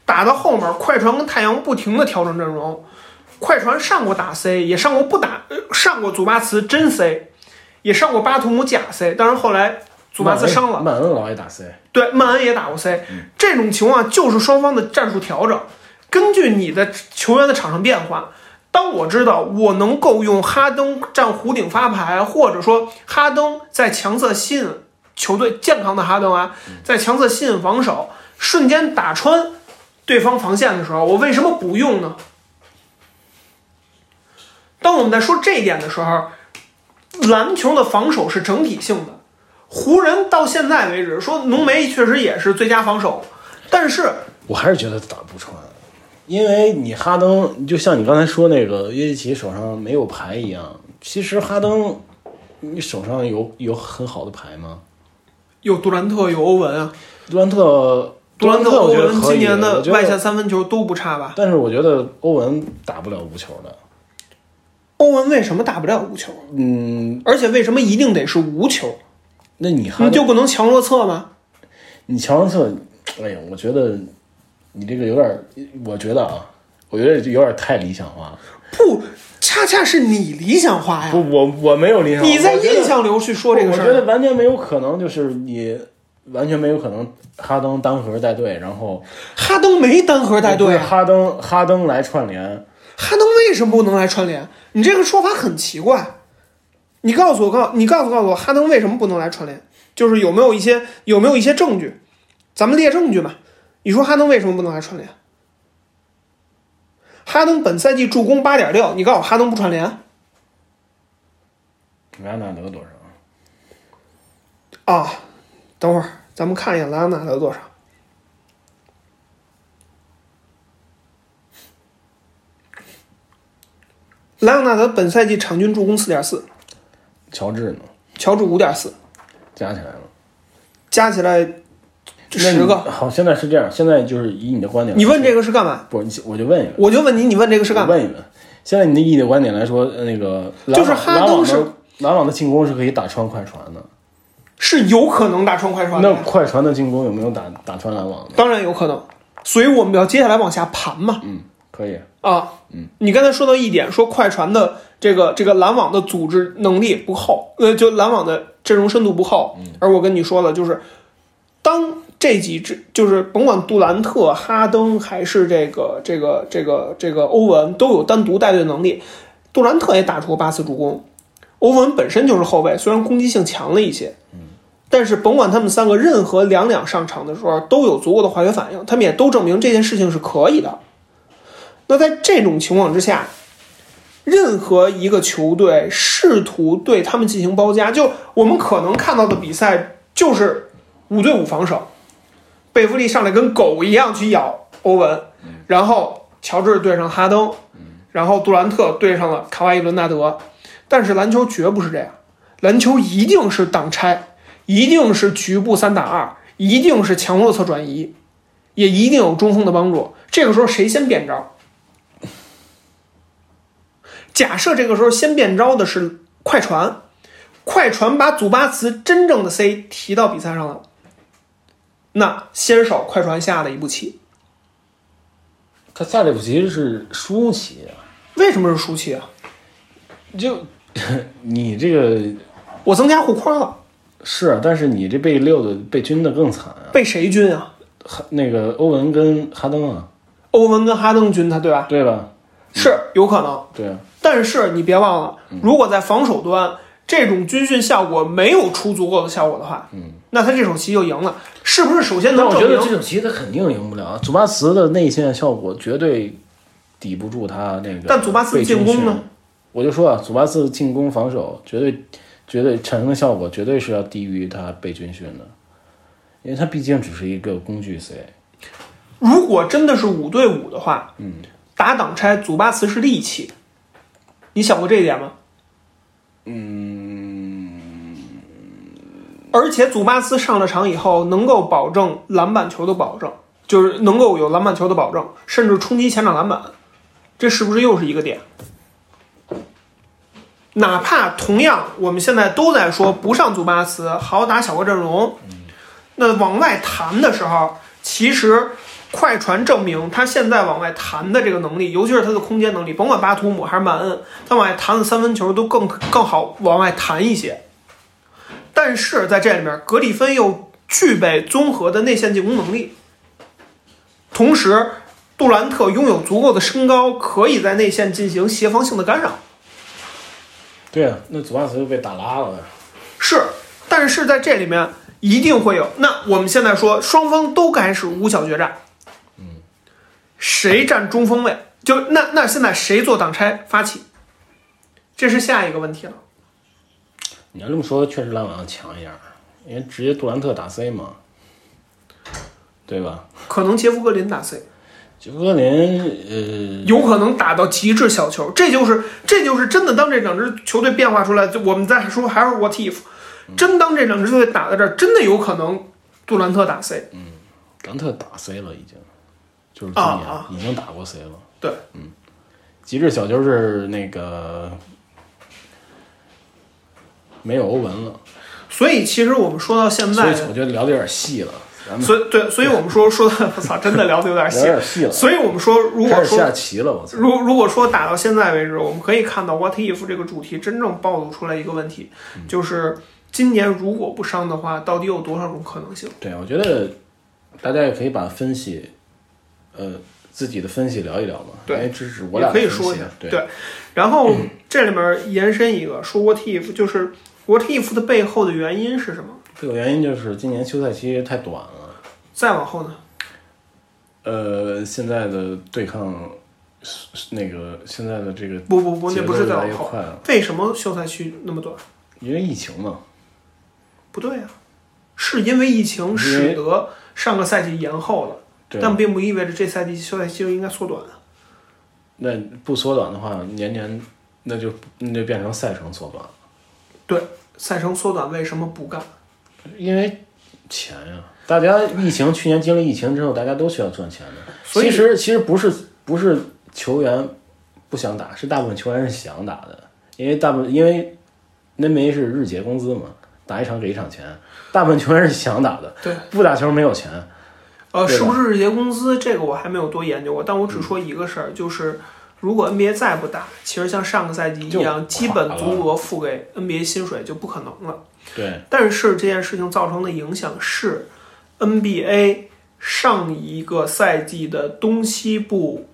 [SPEAKER 2] 打到后面，快船跟太阳不停的调整阵容，快船上过打 C，也上过不打，呃上过祖巴茨真 C，也上过巴图姆假 C，当然后来祖巴茨伤了，
[SPEAKER 1] 曼恩老爱打 C。
[SPEAKER 2] 对，曼恩也打过 C，这种情况就是双方的战术调整，根据你的球员的场上变化。当我知道我能够用哈登站弧顶发牌，或者说哈登在强侧吸引球队健康的哈登啊，在强侧吸引防守，瞬间打穿对方防线的时候，我为什么不用呢？当我们在说这一点的时候，篮球的防守是整体性的。湖人到现在为止，说浓眉确实也是最佳防守，但是
[SPEAKER 1] 我还是觉得打不穿，啊因为你哈登就像你刚才说那个约基奇手上没有牌一样，其实哈登你手上有有很好的牌吗？
[SPEAKER 2] 有杜兰特，有欧文啊，
[SPEAKER 1] 杜兰特，
[SPEAKER 2] 杜
[SPEAKER 1] 兰
[SPEAKER 2] 兰特、欧
[SPEAKER 1] 我觉得
[SPEAKER 2] 文
[SPEAKER 1] 可
[SPEAKER 2] 今
[SPEAKER 1] 以，
[SPEAKER 2] 年的
[SPEAKER 1] 我觉
[SPEAKER 2] 外线
[SPEAKER 1] 得，
[SPEAKER 2] 三分球都不差吧？
[SPEAKER 1] 但是我觉得欧文打不了无球的，
[SPEAKER 2] 欧文为什么打不了无球？
[SPEAKER 1] 嗯，
[SPEAKER 2] 而且为什么一定得是无球？
[SPEAKER 1] 那你哈
[SPEAKER 2] 你
[SPEAKER 1] 登
[SPEAKER 2] 嗯就不能强弱侧吗？
[SPEAKER 1] 你乔恩特，哎呀，我觉得你这个有点儿，我觉得啊，我觉得有点儿太理想化。
[SPEAKER 2] 不，恰恰是你理想化呀！
[SPEAKER 1] 不，我我没有理想化。
[SPEAKER 2] 你在
[SPEAKER 1] 我觉得
[SPEAKER 2] 印象流去说这个事
[SPEAKER 1] 我觉得
[SPEAKER 2] 儿，
[SPEAKER 1] 完全没有可能，就是你完全没有可能哈登单核带队，然后
[SPEAKER 2] 哈登没单核带队
[SPEAKER 1] 对
[SPEAKER 2] 啊，
[SPEAKER 1] 哈登哈登来串联。
[SPEAKER 2] 哈登为什么不能来串联？你这个说法很奇怪。你告诉我，告你告诉告诉我，哈登为什么不能来串联？就是有没有一些有没有一些证据？咱们列证据嘛。你说哈登为什么不能来串联？哈登本赛季助攻八点六，你告诉我哈登不串联
[SPEAKER 1] 莱昂纳德多少？
[SPEAKER 2] 啊？等会儿咱们看一眼莱昂纳德多少。莱昂纳德本赛季场均助攻四点四，
[SPEAKER 1] 乔治呢？
[SPEAKER 2] 乔治五点四，
[SPEAKER 1] 加起来了
[SPEAKER 2] 加起来这
[SPEAKER 1] 那你
[SPEAKER 2] 十个。
[SPEAKER 1] 好，现在是这样，现在就是以你的观点来
[SPEAKER 2] 你
[SPEAKER 1] 说，
[SPEAKER 2] 问这个是干嘛？
[SPEAKER 1] 不？你我就问一问，
[SPEAKER 2] 我就问你，你问这个是
[SPEAKER 1] 我
[SPEAKER 2] 干嘛？
[SPEAKER 1] 问一问。现在你的以你的观点来说，呃那个篮
[SPEAKER 2] 就是
[SPEAKER 1] 网
[SPEAKER 2] 哈
[SPEAKER 1] 篮
[SPEAKER 2] 登
[SPEAKER 1] 网
[SPEAKER 2] 是
[SPEAKER 1] 的篮网的进攻是可以打穿快船的。
[SPEAKER 2] 是有可能打穿快船
[SPEAKER 1] 那
[SPEAKER 2] 的，
[SPEAKER 1] 快船的进攻有没有打打穿篮网的？
[SPEAKER 2] 当然有可能。所以我们要接下来往下盘嘛。
[SPEAKER 1] 嗯，可以。
[SPEAKER 2] 啊，你刚才说到一点，说快船的这个这个篮网的组织能力不厚，呃，就篮网的阵容深度不厚。而我跟你说了，就是当这几支，就是甭管杜兰特、哈登还是这个这个这个这个欧文，都有单独带队能力。杜兰特也打出过八次助攻，欧文本身就是后卫，虽然攻击性强了一些，但是甭管他们三个，任何两两上场的时候都有足够的化学反应，他们也都证明这件事情是可以的。那在这种情况之下，任何一个球队试图对他们进行包夹，就我们可能看到的比赛就是五对五防守，贝弗利上来跟狗一样去咬欧文，然后乔治对上哈登，然后杜兰特对上了卡哇伊伦纳德。但是篮球绝不是这样，篮球一定是挡拆，一定是局部三打二，一定是强弱侧转移，也一定有中锋的帮助。这个时候谁先变招？假设这个时候先变招的是快船，快船把祖巴茨真正的 C 提到比赛上了，那先手快船下的一步棋，
[SPEAKER 1] 他下这步棋是输棋啊，
[SPEAKER 2] 为什么是输棋啊？
[SPEAKER 1] 就你这个
[SPEAKER 2] 我增加护框了，
[SPEAKER 1] 是啊，但是你这被六的被均的更惨啊。
[SPEAKER 2] 被谁均啊？
[SPEAKER 1] 哈那个欧文跟哈登啊，
[SPEAKER 2] 欧文跟哈登均他，对吧？
[SPEAKER 1] 对吧？
[SPEAKER 2] 是有可能，
[SPEAKER 1] 对啊，
[SPEAKER 2] 但是你别忘了，如果在防守端这种军训效果没有出足够的效果的话，嗯，那他这手棋就赢了，是不是？首先
[SPEAKER 1] 但
[SPEAKER 2] 能
[SPEAKER 1] 我
[SPEAKER 2] 证
[SPEAKER 1] 觉得这
[SPEAKER 2] 明，
[SPEAKER 1] 种棋他肯定赢不了啊。祖巴茨的内线效果绝对抵不住他那个，
[SPEAKER 2] 但祖巴茨进攻呢？
[SPEAKER 1] 我就说啊，祖巴茨进攻防守绝对绝对产生的效果绝对是要低于他被军训的，因为他毕竟只是一个工具 C。
[SPEAKER 2] 如果真的是五对五的话，嗯，打挡拆，祖巴茨是利器，你想过这一点吗？嗯。而且祖巴茨上了场以后，能够保证篮板球的保证，就是能够有篮板球的保证，甚至冲击前场篮板，这是不是又是一个点？哪怕同样，我们现在都在说不上祖巴茨，好打小个阵容，那往外弹的时候，其实快船证明他现在往外弹的这个能力，尤其是他的空间能力，甭管巴图姆还是曼恩，他往外弹的三分球都更更好往外弹一些。但是在这里面，格里芬又具备综合的内线进攻能力，同时杜兰特拥有足够的身高，可以在内线进行协防性的干扰。
[SPEAKER 1] 对啊，那祖巴茨就被打拉了。
[SPEAKER 2] 是，但是在这里面，一定会有。那我们现在说，双方都开始五小决战，嗯，谁占中锋位？就那那现在谁做挡拆发起？这是下一个问题了。
[SPEAKER 1] 你要这么说，确实篮网要强一点儿，因为直接杜兰特打 C 嘛，对吧？
[SPEAKER 2] 可能杰夫格林打 C，
[SPEAKER 1] 杰夫格林，呃
[SPEAKER 2] 有可能打到极致小球，这就是这就是真的。当这两支球队变化出来，就我们再说还是 what if，真
[SPEAKER 1] 嗯
[SPEAKER 2] 当这两支球队打到这儿，真的有可能杜兰特打 C，
[SPEAKER 1] 呃，杜兰特打 C 了已经，就是今
[SPEAKER 2] 啊
[SPEAKER 1] 年、
[SPEAKER 2] 啊
[SPEAKER 1] 已经打过 C 了。
[SPEAKER 2] 对，
[SPEAKER 1] 极致小球是那个没有欧文了，
[SPEAKER 2] 所以其实我们说到现
[SPEAKER 1] 所以
[SPEAKER 2] 在，
[SPEAKER 1] 我觉得聊的有点细了，咱们
[SPEAKER 2] 嗯所以对，所以我们说说的，我操，真的聊的有点
[SPEAKER 1] 聊得有点
[SPEAKER 2] 细。
[SPEAKER 1] 细了，
[SPEAKER 2] 所以我们说，如
[SPEAKER 1] 开
[SPEAKER 2] 果
[SPEAKER 1] 始下
[SPEAKER 2] 说
[SPEAKER 1] 棋了，我操！
[SPEAKER 2] 如如果说打到现在为止，我们可以看到 “what if” 这个主题真正暴露出来一个问题，
[SPEAKER 1] 嗯
[SPEAKER 2] 就是今年如果不伤的话，到底有多少种可能性？
[SPEAKER 1] 对，我觉得大家也可以把分析，呃，自己的分析聊一聊嘛，
[SPEAKER 2] 对
[SPEAKER 1] 因为这是我
[SPEAKER 2] 也
[SPEAKER 1] 俩
[SPEAKER 2] 可以
[SPEAKER 1] 的分
[SPEAKER 2] 说一
[SPEAKER 1] 析
[SPEAKER 2] 下，
[SPEAKER 1] 对，嗯
[SPEAKER 2] 然后这里面延伸一个说 “what if”，就是 “what if” 的背后的原因是什么？
[SPEAKER 1] 这个原因就是今年休赛期太短了，
[SPEAKER 2] 再往后呢？
[SPEAKER 1] 呃，现在的对抗是是那个现在的这个
[SPEAKER 2] 不不不，那不是
[SPEAKER 1] 节奏越
[SPEAKER 2] 再
[SPEAKER 1] 来
[SPEAKER 2] 往
[SPEAKER 1] 越
[SPEAKER 2] 后
[SPEAKER 1] 快了。
[SPEAKER 2] 为什么休赛期那么短？
[SPEAKER 1] 因为疫情嘛，
[SPEAKER 2] 不对啊，是因为疫情使
[SPEAKER 1] 因
[SPEAKER 2] 得上个赛季延后了。
[SPEAKER 1] 对，
[SPEAKER 2] 但并不意味着这赛季休赛期就应该缩短啊。
[SPEAKER 1] 那不缩短的话，年年那就那就变成赛程缩短了，
[SPEAKER 2] 对，赛程缩短为什么不干？
[SPEAKER 1] 因为钱呀、大家疫情去年经历疫情之后，大家都需要赚钱的。
[SPEAKER 2] 所以
[SPEAKER 1] 其实其实不是不是球员不想打，是大部分球员是想打的，因为大部分因为 NBA 是日结工资嘛，打一场给一场钱，大部分球员是想打的，
[SPEAKER 2] 对，
[SPEAKER 1] 不打球没有钱。
[SPEAKER 2] 呃，
[SPEAKER 1] 对吧
[SPEAKER 2] 是不是日结工资这个我还没有多研究过，但我只说一个事儿，就是如果 NBA 再不打，其实像上个赛季一样，
[SPEAKER 1] 就
[SPEAKER 2] 基
[SPEAKER 1] 垮
[SPEAKER 2] 本
[SPEAKER 1] 了
[SPEAKER 2] 足额付给 NBA 薪水就不可能了。
[SPEAKER 1] 对，
[SPEAKER 2] 但是这件事情造成的影响是，NBA 上一个赛季的东西部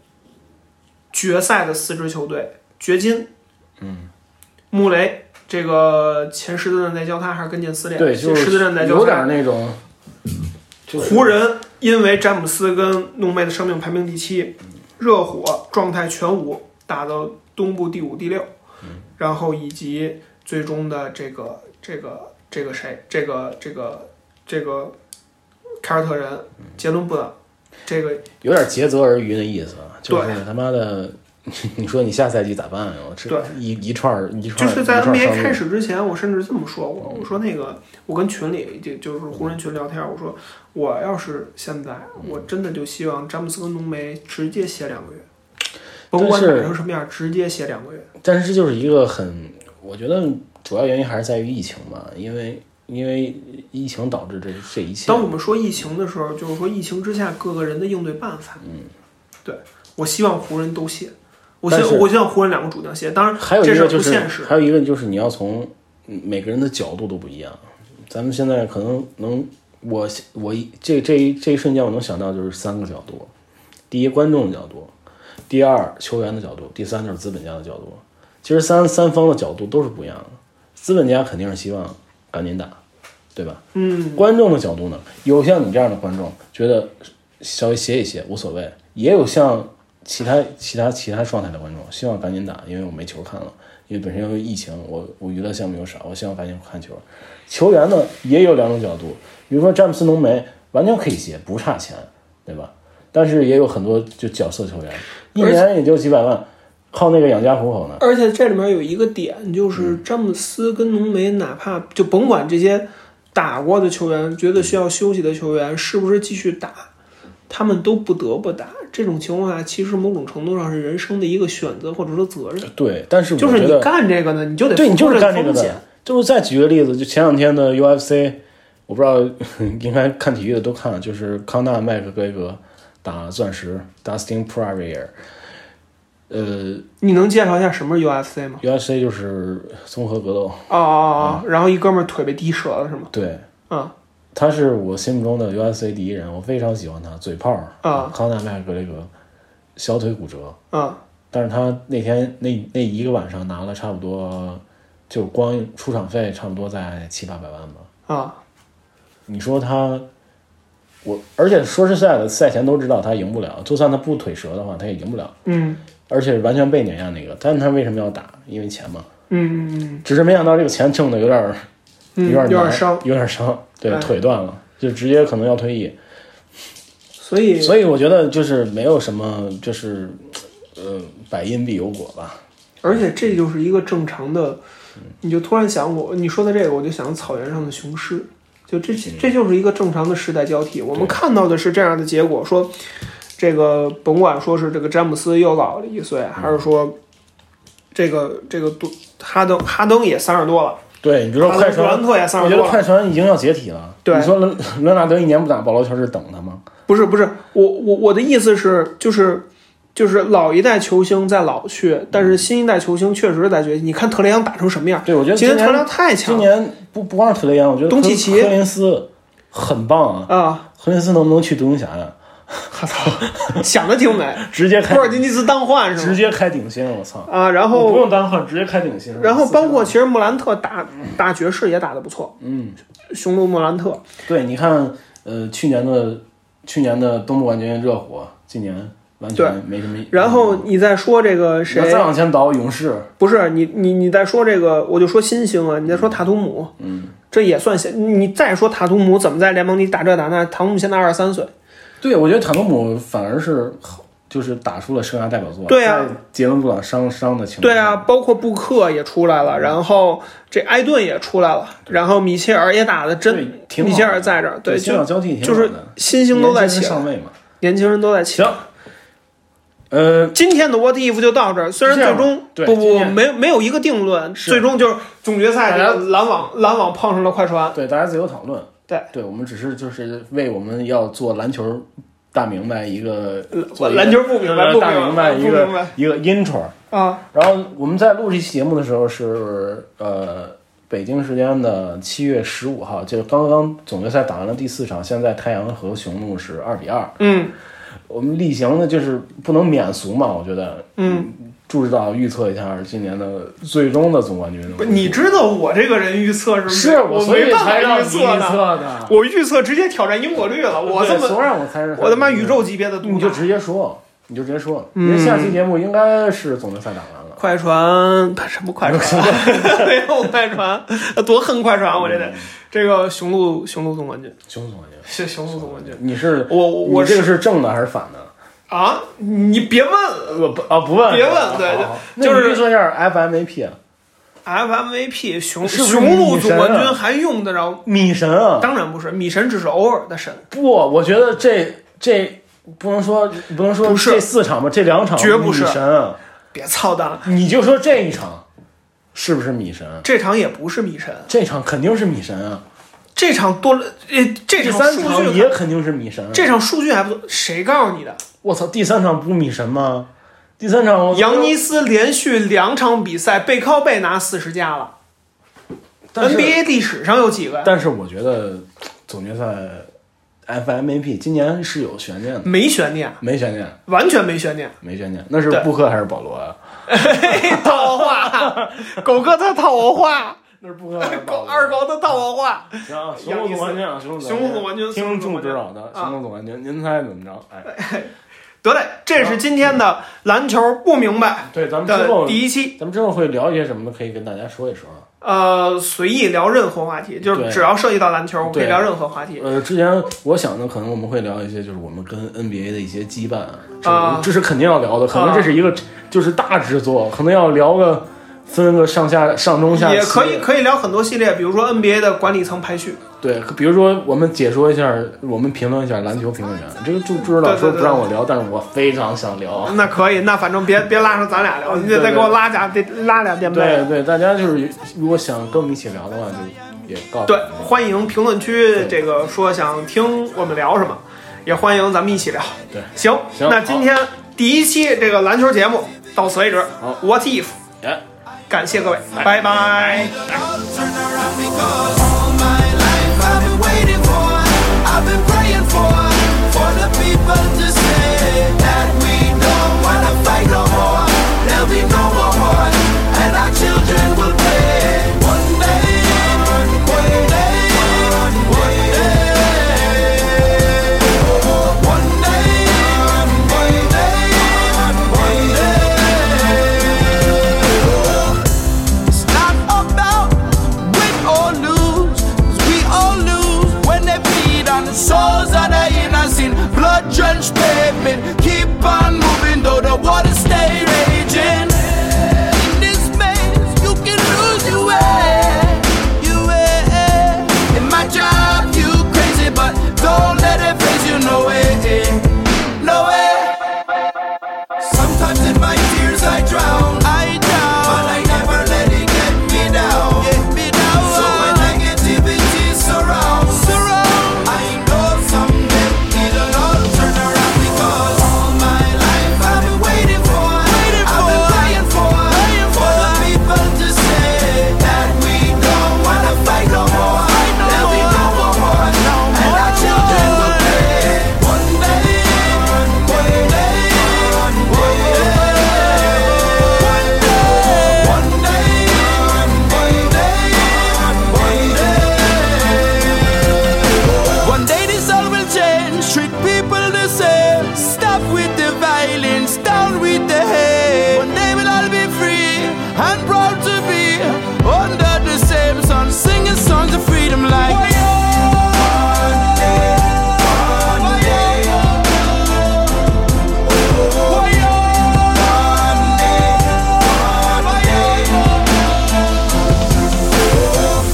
[SPEAKER 2] 决赛的四支球队，掘金，嗯，穆雷这个前十字韧带交叉还是跟腱撕裂，
[SPEAKER 1] 对，就
[SPEAKER 2] 十字
[SPEAKER 1] 是
[SPEAKER 2] 韧带交
[SPEAKER 1] 有点
[SPEAKER 2] 叉。
[SPEAKER 1] 那种，就是
[SPEAKER 2] 湖人因为詹姆斯跟浓眉的伤病排名第七，热火状态全无，打到东部第五、第六，
[SPEAKER 1] 嗯
[SPEAKER 2] 然后以及最终的这个这个这个谁，这个这个这个凯尔特人杰伦布朗，这个
[SPEAKER 1] 有点竭泽而渔那意思，啊，就
[SPEAKER 2] 对
[SPEAKER 1] 是他妈的， (laughs) 你说你下赛季咋办呀？我这
[SPEAKER 2] 对
[SPEAKER 1] 一一串儿一
[SPEAKER 2] 就
[SPEAKER 1] 串儿，
[SPEAKER 2] 是在
[SPEAKER 1] 一串儿
[SPEAKER 2] NBA
[SPEAKER 1] 伤病
[SPEAKER 2] 开始之前，我甚至这么说过，我说那个，我跟群里就就是湖人群聊天，我说我要是现在，我真的就希望詹姆斯跟浓眉直接歇两个月，甭管
[SPEAKER 1] 但是
[SPEAKER 2] 打成什么样，直接歇两个月。
[SPEAKER 1] 但是这就是一个很，我觉得主要原因还是在于疫情吧，因为因为疫情导致这这一切
[SPEAKER 2] 当。我们说疫情的时候，就是说疫情之下各个人的应对办法。嗯，对，我希望湖人都歇，我希
[SPEAKER 1] 但是
[SPEAKER 2] 我希望湖人两个主将歇，当然
[SPEAKER 1] 还有
[SPEAKER 2] 这
[SPEAKER 1] 一
[SPEAKER 2] 事
[SPEAKER 1] 个
[SPEAKER 2] 儿
[SPEAKER 1] 就
[SPEAKER 2] 不
[SPEAKER 1] 是
[SPEAKER 2] 现实，。
[SPEAKER 1] 还有一个就是你要从嗯每个人的角度都不一样。咱们现在可能能，我我一这这一这一瞬间我能想到就是三个角度：第一，观众的角度；第二，球员的角度；第三就是资本家的角度。其实三三方的角度都是不一样的。资本家肯定是希望赶紧打，对吧？
[SPEAKER 2] 嗯，
[SPEAKER 1] 观众的角度呢，有像你这样的观众觉得稍微歇一歇无所谓，也有像其他其他其他状态的观众希望赶紧打，因为我没球看了，因为本身由于疫情，我我娱乐项目又少，我希望赶紧看球。球员呢也有两种角度，比如说詹姆斯浓眉完全可以歇，不差钱，对吧？但是也有很多就角色球员，一年也就几百万，靠那个养家糊口呢。
[SPEAKER 2] 而且这里面有一个点，就是
[SPEAKER 1] 嗯
[SPEAKER 2] 詹姆斯跟浓眉，哪怕就甭管这些打过的球员，觉得需要休息的球员是不是继续打，他们都不得不打。这种情况下，其实某种程度上是人生的一个选择或者说责任，
[SPEAKER 1] 对，但是我
[SPEAKER 2] 就
[SPEAKER 1] 觉
[SPEAKER 2] 是
[SPEAKER 1] 得
[SPEAKER 2] 你干这个呢，你就得
[SPEAKER 1] 对你
[SPEAKER 2] 付出
[SPEAKER 1] 就是干这
[SPEAKER 2] 这
[SPEAKER 1] 个
[SPEAKER 2] 风险
[SPEAKER 1] 的。。就是再举个例子，就前两天的 UFC，我不知道应该看体育的都看了，就是康纳麦克格雷格打钻石 Dustin Poirier，呃
[SPEAKER 2] 你能介绍一下什么是 UFC 吗？
[SPEAKER 1] ，UFC 就是综合格斗，
[SPEAKER 2] 哦哦
[SPEAKER 1] 嗯
[SPEAKER 2] 哦，然后一哥们儿腿被踢折了是吗？
[SPEAKER 1] 对，
[SPEAKER 2] 嗯，
[SPEAKER 1] 他是我心目中的 UFC 第一人，我非常喜欢他，嘴炮儿
[SPEAKER 2] 啊
[SPEAKER 1] 康纳麦克格雷格小腿骨折，
[SPEAKER 2] 嗯，
[SPEAKER 1] 但是他那天那那一个晚上拿了差不多，就光出场费差不多在七八百万吧。
[SPEAKER 2] 啊，
[SPEAKER 1] 你说他，我而且说实在的，赛前都知道他赢不了，就算他不腿折的话，他也赢不了，
[SPEAKER 2] 嗯
[SPEAKER 1] 而且完全被碾压那个。但他为什么要打？因为钱嘛。
[SPEAKER 2] 嗯嗯
[SPEAKER 1] 只是没想到这个钱挣的有点儿
[SPEAKER 2] 嗯，
[SPEAKER 1] 有
[SPEAKER 2] 有
[SPEAKER 1] 点
[SPEAKER 2] 点
[SPEAKER 1] 难
[SPEAKER 2] 伤，
[SPEAKER 1] 有点伤，对，
[SPEAKER 2] 哎
[SPEAKER 1] 腿断了，就直接可能要退役。
[SPEAKER 2] 所以
[SPEAKER 1] 所以我觉得就是没有什么，就是呃，百因必有果吧。
[SPEAKER 2] 而且这就是一个正常的，你就突然想我，你说的这个，我就想草原上的雄狮，就这
[SPEAKER 1] 嗯
[SPEAKER 2] 这就是一个正常的时代交替。我们看到的是这样的结果，说这个甭管说是这个詹姆斯又老了一岁，还
[SPEAKER 1] 嗯
[SPEAKER 2] 是说这个这个杜哈登哈登也三十多了，
[SPEAKER 1] 对，你比如说
[SPEAKER 2] 哈
[SPEAKER 1] 快
[SPEAKER 2] 登杜
[SPEAKER 1] 船
[SPEAKER 2] 兰，特也三
[SPEAKER 1] 我
[SPEAKER 2] 十
[SPEAKER 1] 觉
[SPEAKER 2] 多
[SPEAKER 1] 得
[SPEAKER 2] 了，
[SPEAKER 1] 快船已经要解体了。
[SPEAKER 2] 对
[SPEAKER 1] 你说伦伦纳德一年不打保罗球是等他吗？
[SPEAKER 2] 不是不是，我我我的意思是，就是就是老一代球星在老去，但是新一代球星确实在崛起。你看特雷杨打成什么样？
[SPEAKER 1] 嗯对我觉得
[SPEAKER 2] 今
[SPEAKER 1] 今
[SPEAKER 2] 特
[SPEAKER 1] 年
[SPEAKER 2] 雷杨太强
[SPEAKER 1] 今
[SPEAKER 2] 了
[SPEAKER 1] 年不不光是特雷杨，我觉得
[SPEAKER 2] 东契
[SPEAKER 1] 科
[SPEAKER 2] 奇
[SPEAKER 1] 科林斯很棒啊。
[SPEAKER 2] 啊！
[SPEAKER 1] 科林斯能不能去独行侠呀？
[SPEAKER 2] (laughs) 我操，想的挺美。
[SPEAKER 1] (laughs) 直接开
[SPEAKER 2] 波尔津吉斯当换是
[SPEAKER 1] 直
[SPEAKER 2] 吗？
[SPEAKER 1] 接开顶薪，我操！
[SPEAKER 2] 啊，然
[SPEAKER 1] 我不
[SPEAKER 2] 后
[SPEAKER 1] 用单换，直接开顶薪。
[SPEAKER 2] 然后包括其实莫兰特打打爵士也打得不错，
[SPEAKER 1] 嗯，
[SPEAKER 2] 雄鹿莫兰特
[SPEAKER 1] 对，你看，呃，去年的去年的东部冠军热火，今年完全没什么。
[SPEAKER 2] 然后你再说这个
[SPEAKER 1] 你要
[SPEAKER 2] 谁
[SPEAKER 1] 再？往前倒，勇士，
[SPEAKER 2] 不是你你你再说这个，我就说新星啊，你再说塔图姆，
[SPEAKER 1] 嗯，
[SPEAKER 2] 这也算小。你再说塔图姆怎么在联盟里打这打那，塔图姆现在二十三岁，
[SPEAKER 1] 对我觉得塔图姆反而是好，就是打出了生涯代表作。
[SPEAKER 2] 对啊，
[SPEAKER 1] 杰伦布朗伤伤的情况
[SPEAKER 2] 对
[SPEAKER 1] 下，
[SPEAKER 2] 啊，包括布克也出来了，然后这埃顿也出来了，然后米切尔也打的
[SPEAKER 1] 对，
[SPEAKER 2] 真，
[SPEAKER 1] 挺好
[SPEAKER 2] 米
[SPEAKER 1] 的
[SPEAKER 2] 切尔在这儿，
[SPEAKER 1] 对，
[SPEAKER 2] 对，
[SPEAKER 1] 新老
[SPEAKER 2] 就
[SPEAKER 1] 交替挺
[SPEAKER 2] 就
[SPEAKER 1] 好
[SPEAKER 2] 是
[SPEAKER 1] 的，
[SPEAKER 2] 新星都在
[SPEAKER 1] 年轻
[SPEAKER 2] 起
[SPEAKER 1] 人
[SPEAKER 2] 来，
[SPEAKER 1] 上位嘛。
[SPEAKER 2] 年轻人都在起
[SPEAKER 1] 行
[SPEAKER 2] 来。，
[SPEAKER 1] 呃，
[SPEAKER 2] 今天的 What If 就到这儿，虽然
[SPEAKER 1] 是这
[SPEAKER 2] 最
[SPEAKER 1] 样
[SPEAKER 2] 终
[SPEAKER 1] 对
[SPEAKER 2] 不
[SPEAKER 1] 今
[SPEAKER 2] 不
[SPEAKER 1] 天
[SPEAKER 2] 没没有一个定论，
[SPEAKER 1] 是
[SPEAKER 2] 最终就是总决赛这
[SPEAKER 1] 大家
[SPEAKER 2] 个篮网篮网碰上了快船，
[SPEAKER 1] 对，大家自由讨论。
[SPEAKER 2] 对，
[SPEAKER 1] 对我们只是就是为我们要做篮球大明白一个做
[SPEAKER 2] 我
[SPEAKER 1] 一个
[SPEAKER 2] 呃
[SPEAKER 1] 呃
[SPEAKER 2] 篮球不明白，不
[SPEAKER 1] 大明白
[SPEAKER 2] 白，不
[SPEAKER 1] 一
[SPEAKER 2] 明
[SPEAKER 1] 个
[SPEAKER 2] 白
[SPEAKER 1] 一个 intro。
[SPEAKER 2] 啊，
[SPEAKER 1] 然后我们在录这期节目的时候是呃北京时间的七月十五号，就是刚刚总决赛打完了第四场，现在太阳和雄鹿是二比二。
[SPEAKER 2] 嗯
[SPEAKER 1] 我们例行的就是不能免俗嘛，我觉得
[SPEAKER 2] 嗯，
[SPEAKER 1] 注意到预测一下今年的最终的总冠军。
[SPEAKER 2] 不你知道我这个人预测是不
[SPEAKER 1] 是
[SPEAKER 2] 我
[SPEAKER 1] 所以
[SPEAKER 2] 没办
[SPEAKER 1] 才
[SPEAKER 2] 法
[SPEAKER 1] 让
[SPEAKER 2] 预
[SPEAKER 1] 你
[SPEAKER 2] 测
[SPEAKER 1] 预
[SPEAKER 2] 的，
[SPEAKER 1] 测的。
[SPEAKER 2] 我预测直接挑战因果律了，我这
[SPEAKER 1] 对所
[SPEAKER 2] 么
[SPEAKER 1] 以我才是
[SPEAKER 2] 我他妈宇宙级别的
[SPEAKER 1] 你
[SPEAKER 2] 赌
[SPEAKER 1] 就
[SPEAKER 2] 就
[SPEAKER 1] 直接说，你就直接说，因为下期节目应该是总决赛打完了。
[SPEAKER 2] 快船什么快船？
[SPEAKER 1] (laughs)
[SPEAKER 2] 没有快船，多恨快船！我这
[SPEAKER 1] 嗯
[SPEAKER 2] 得这个雄鹿雄鹿总冠军，
[SPEAKER 1] 熊总冠军，
[SPEAKER 2] 是雄鹿总冠军
[SPEAKER 1] 你是
[SPEAKER 2] 我我我
[SPEAKER 1] 你这个是正的还是反的？
[SPEAKER 2] 啊！你别问了
[SPEAKER 1] 我不啊不问
[SPEAKER 2] 别问
[SPEAKER 1] 好
[SPEAKER 2] 对
[SPEAKER 1] 好好
[SPEAKER 2] 就
[SPEAKER 1] 那
[SPEAKER 2] 是
[SPEAKER 1] 你预测一下 FMVP 啊，
[SPEAKER 2] FMVP 雄
[SPEAKER 1] 是不是
[SPEAKER 2] 雄鹿总冠
[SPEAKER 1] 米神啊
[SPEAKER 2] 军还用得着？
[SPEAKER 1] 米神啊！
[SPEAKER 2] 当然不是，米神只是偶尔的神，
[SPEAKER 1] 不，我觉得这这不能说不能说
[SPEAKER 2] 不是
[SPEAKER 1] 这四场吧，这两场
[SPEAKER 2] 绝不是
[SPEAKER 1] 米神啊，
[SPEAKER 2] 别操蛋了。
[SPEAKER 1] 你就说这一场是不是米神？啊
[SPEAKER 2] 这场也不是米神，
[SPEAKER 1] 这场肯定是米神啊，
[SPEAKER 2] 这场多了，呃，这
[SPEAKER 1] 第
[SPEAKER 2] 场
[SPEAKER 1] 三
[SPEAKER 2] 数
[SPEAKER 1] 场
[SPEAKER 2] 据
[SPEAKER 1] 也肯定是米神啊。
[SPEAKER 2] 这场数据还不错，谁告诉你的？
[SPEAKER 1] 我操，第三场不是米神吗？第三场我
[SPEAKER 2] 扬尼斯连续两场比赛背靠背拿四十加了
[SPEAKER 1] 但是
[SPEAKER 2] ，NBA 历史上有几个呀？
[SPEAKER 1] 但是我觉得总决赛 FMVP 今年是有悬念的，
[SPEAKER 2] 没悬念，
[SPEAKER 1] 没悬念，
[SPEAKER 2] 完全没悬念。
[SPEAKER 1] (laughs) 没悬念，那是
[SPEAKER 2] 对
[SPEAKER 1] 布克还是保罗啊？
[SPEAKER 2] 套我话，狗哥他套我话，
[SPEAKER 1] 那是布克还是保
[SPEAKER 2] 狗
[SPEAKER 1] 罗？啊
[SPEAKER 2] 二狗他套我话。
[SPEAKER 1] 行啊，雄鹿总冠军啊，雄鹿
[SPEAKER 2] 雄鹿总冠军
[SPEAKER 1] 听众知道的，
[SPEAKER 2] 啊
[SPEAKER 1] 雄鹿总冠军，您猜怎么着？哎，
[SPEAKER 2] 得嘞，这是今天的篮球不明白
[SPEAKER 1] 对，咱们之
[SPEAKER 2] 的
[SPEAKER 1] 后，
[SPEAKER 2] 第一期，
[SPEAKER 1] 咱们之后会聊一些什么的，可以跟大家说一说啊。
[SPEAKER 2] 呃，随意聊任何话题，就是
[SPEAKER 1] 对
[SPEAKER 2] 只要涉及到篮球，我们可以
[SPEAKER 1] 对
[SPEAKER 2] 聊任何话题。
[SPEAKER 1] 呃，之前我想的可能我们会聊一些，就是我们跟 NBA 的一些羁绊啊，这
[SPEAKER 2] 啊
[SPEAKER 1] 这是肯定要聊的，可能这是一个就是大制作，可能要聊个分个上下上中下期，
[SPEAKER 2] 也可以可以聊很多系列，比如说 NBA 的管理层排序，
[SPEAKER 1] 对，比如说我们解说一下，我们评论一下篮球评论员，这个就知
[SPEAKER 2] 对
[SPEAKER 1] 道
[SPEAKER 2] 对
[SPEAKER 1] 说
[SPEAKER 2] 对
[SPEAKER 1] 不让我聊，但是我非常想聊。啊
[SPEAKER 2] 那可以，那反正别别拉上咱俩聊，你得
[SPEAKER 1] 对
[SPEAKER 2] 再给我
[SPEAKER 1] 对
[SPEAKER 2] 拉俩得拉俩垫背
[SPEAKER 1] 对。对，大家就是如果想跟我们一起聊的话，就也告诉
[SPEAKER 2] 对
[SPEAKER 1] 我，们
[SPEAKER 2] 欢迎评论区这个说想听我们聊什么，也欢迎咱们一起聊。
[SPEAKER 1] 对，
[SPEAKER 2] 行，
[SPEAKER 1] 行
[SPEAKER 2] 那今天第一期这个篮球节目到此为止。
[SPEAKER 1] 好
[SPEAKER 2] w h a t if？
[SPEAKER 1] 哎
[SPEAKER 2] 感谢各位，拜拜
[SPEAKER 3] Turn around because all my life I've been waiting for, I've been praying for, for the people to say that we don't wanna fight no more. There'll be no more war, and our children will pay. One day, one day, one day. freedom like.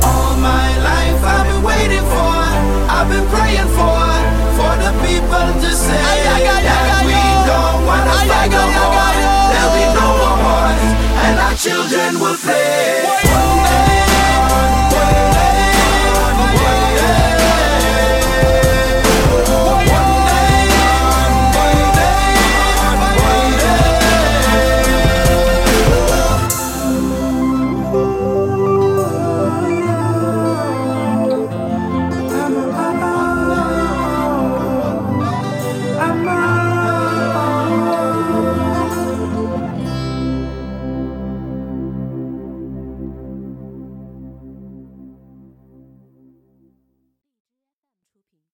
[SPEAKER 3] All my life I've been waiting for, I've been praying for, for the people to say that we don't wanna fight no more, that we know our wars and our children will play.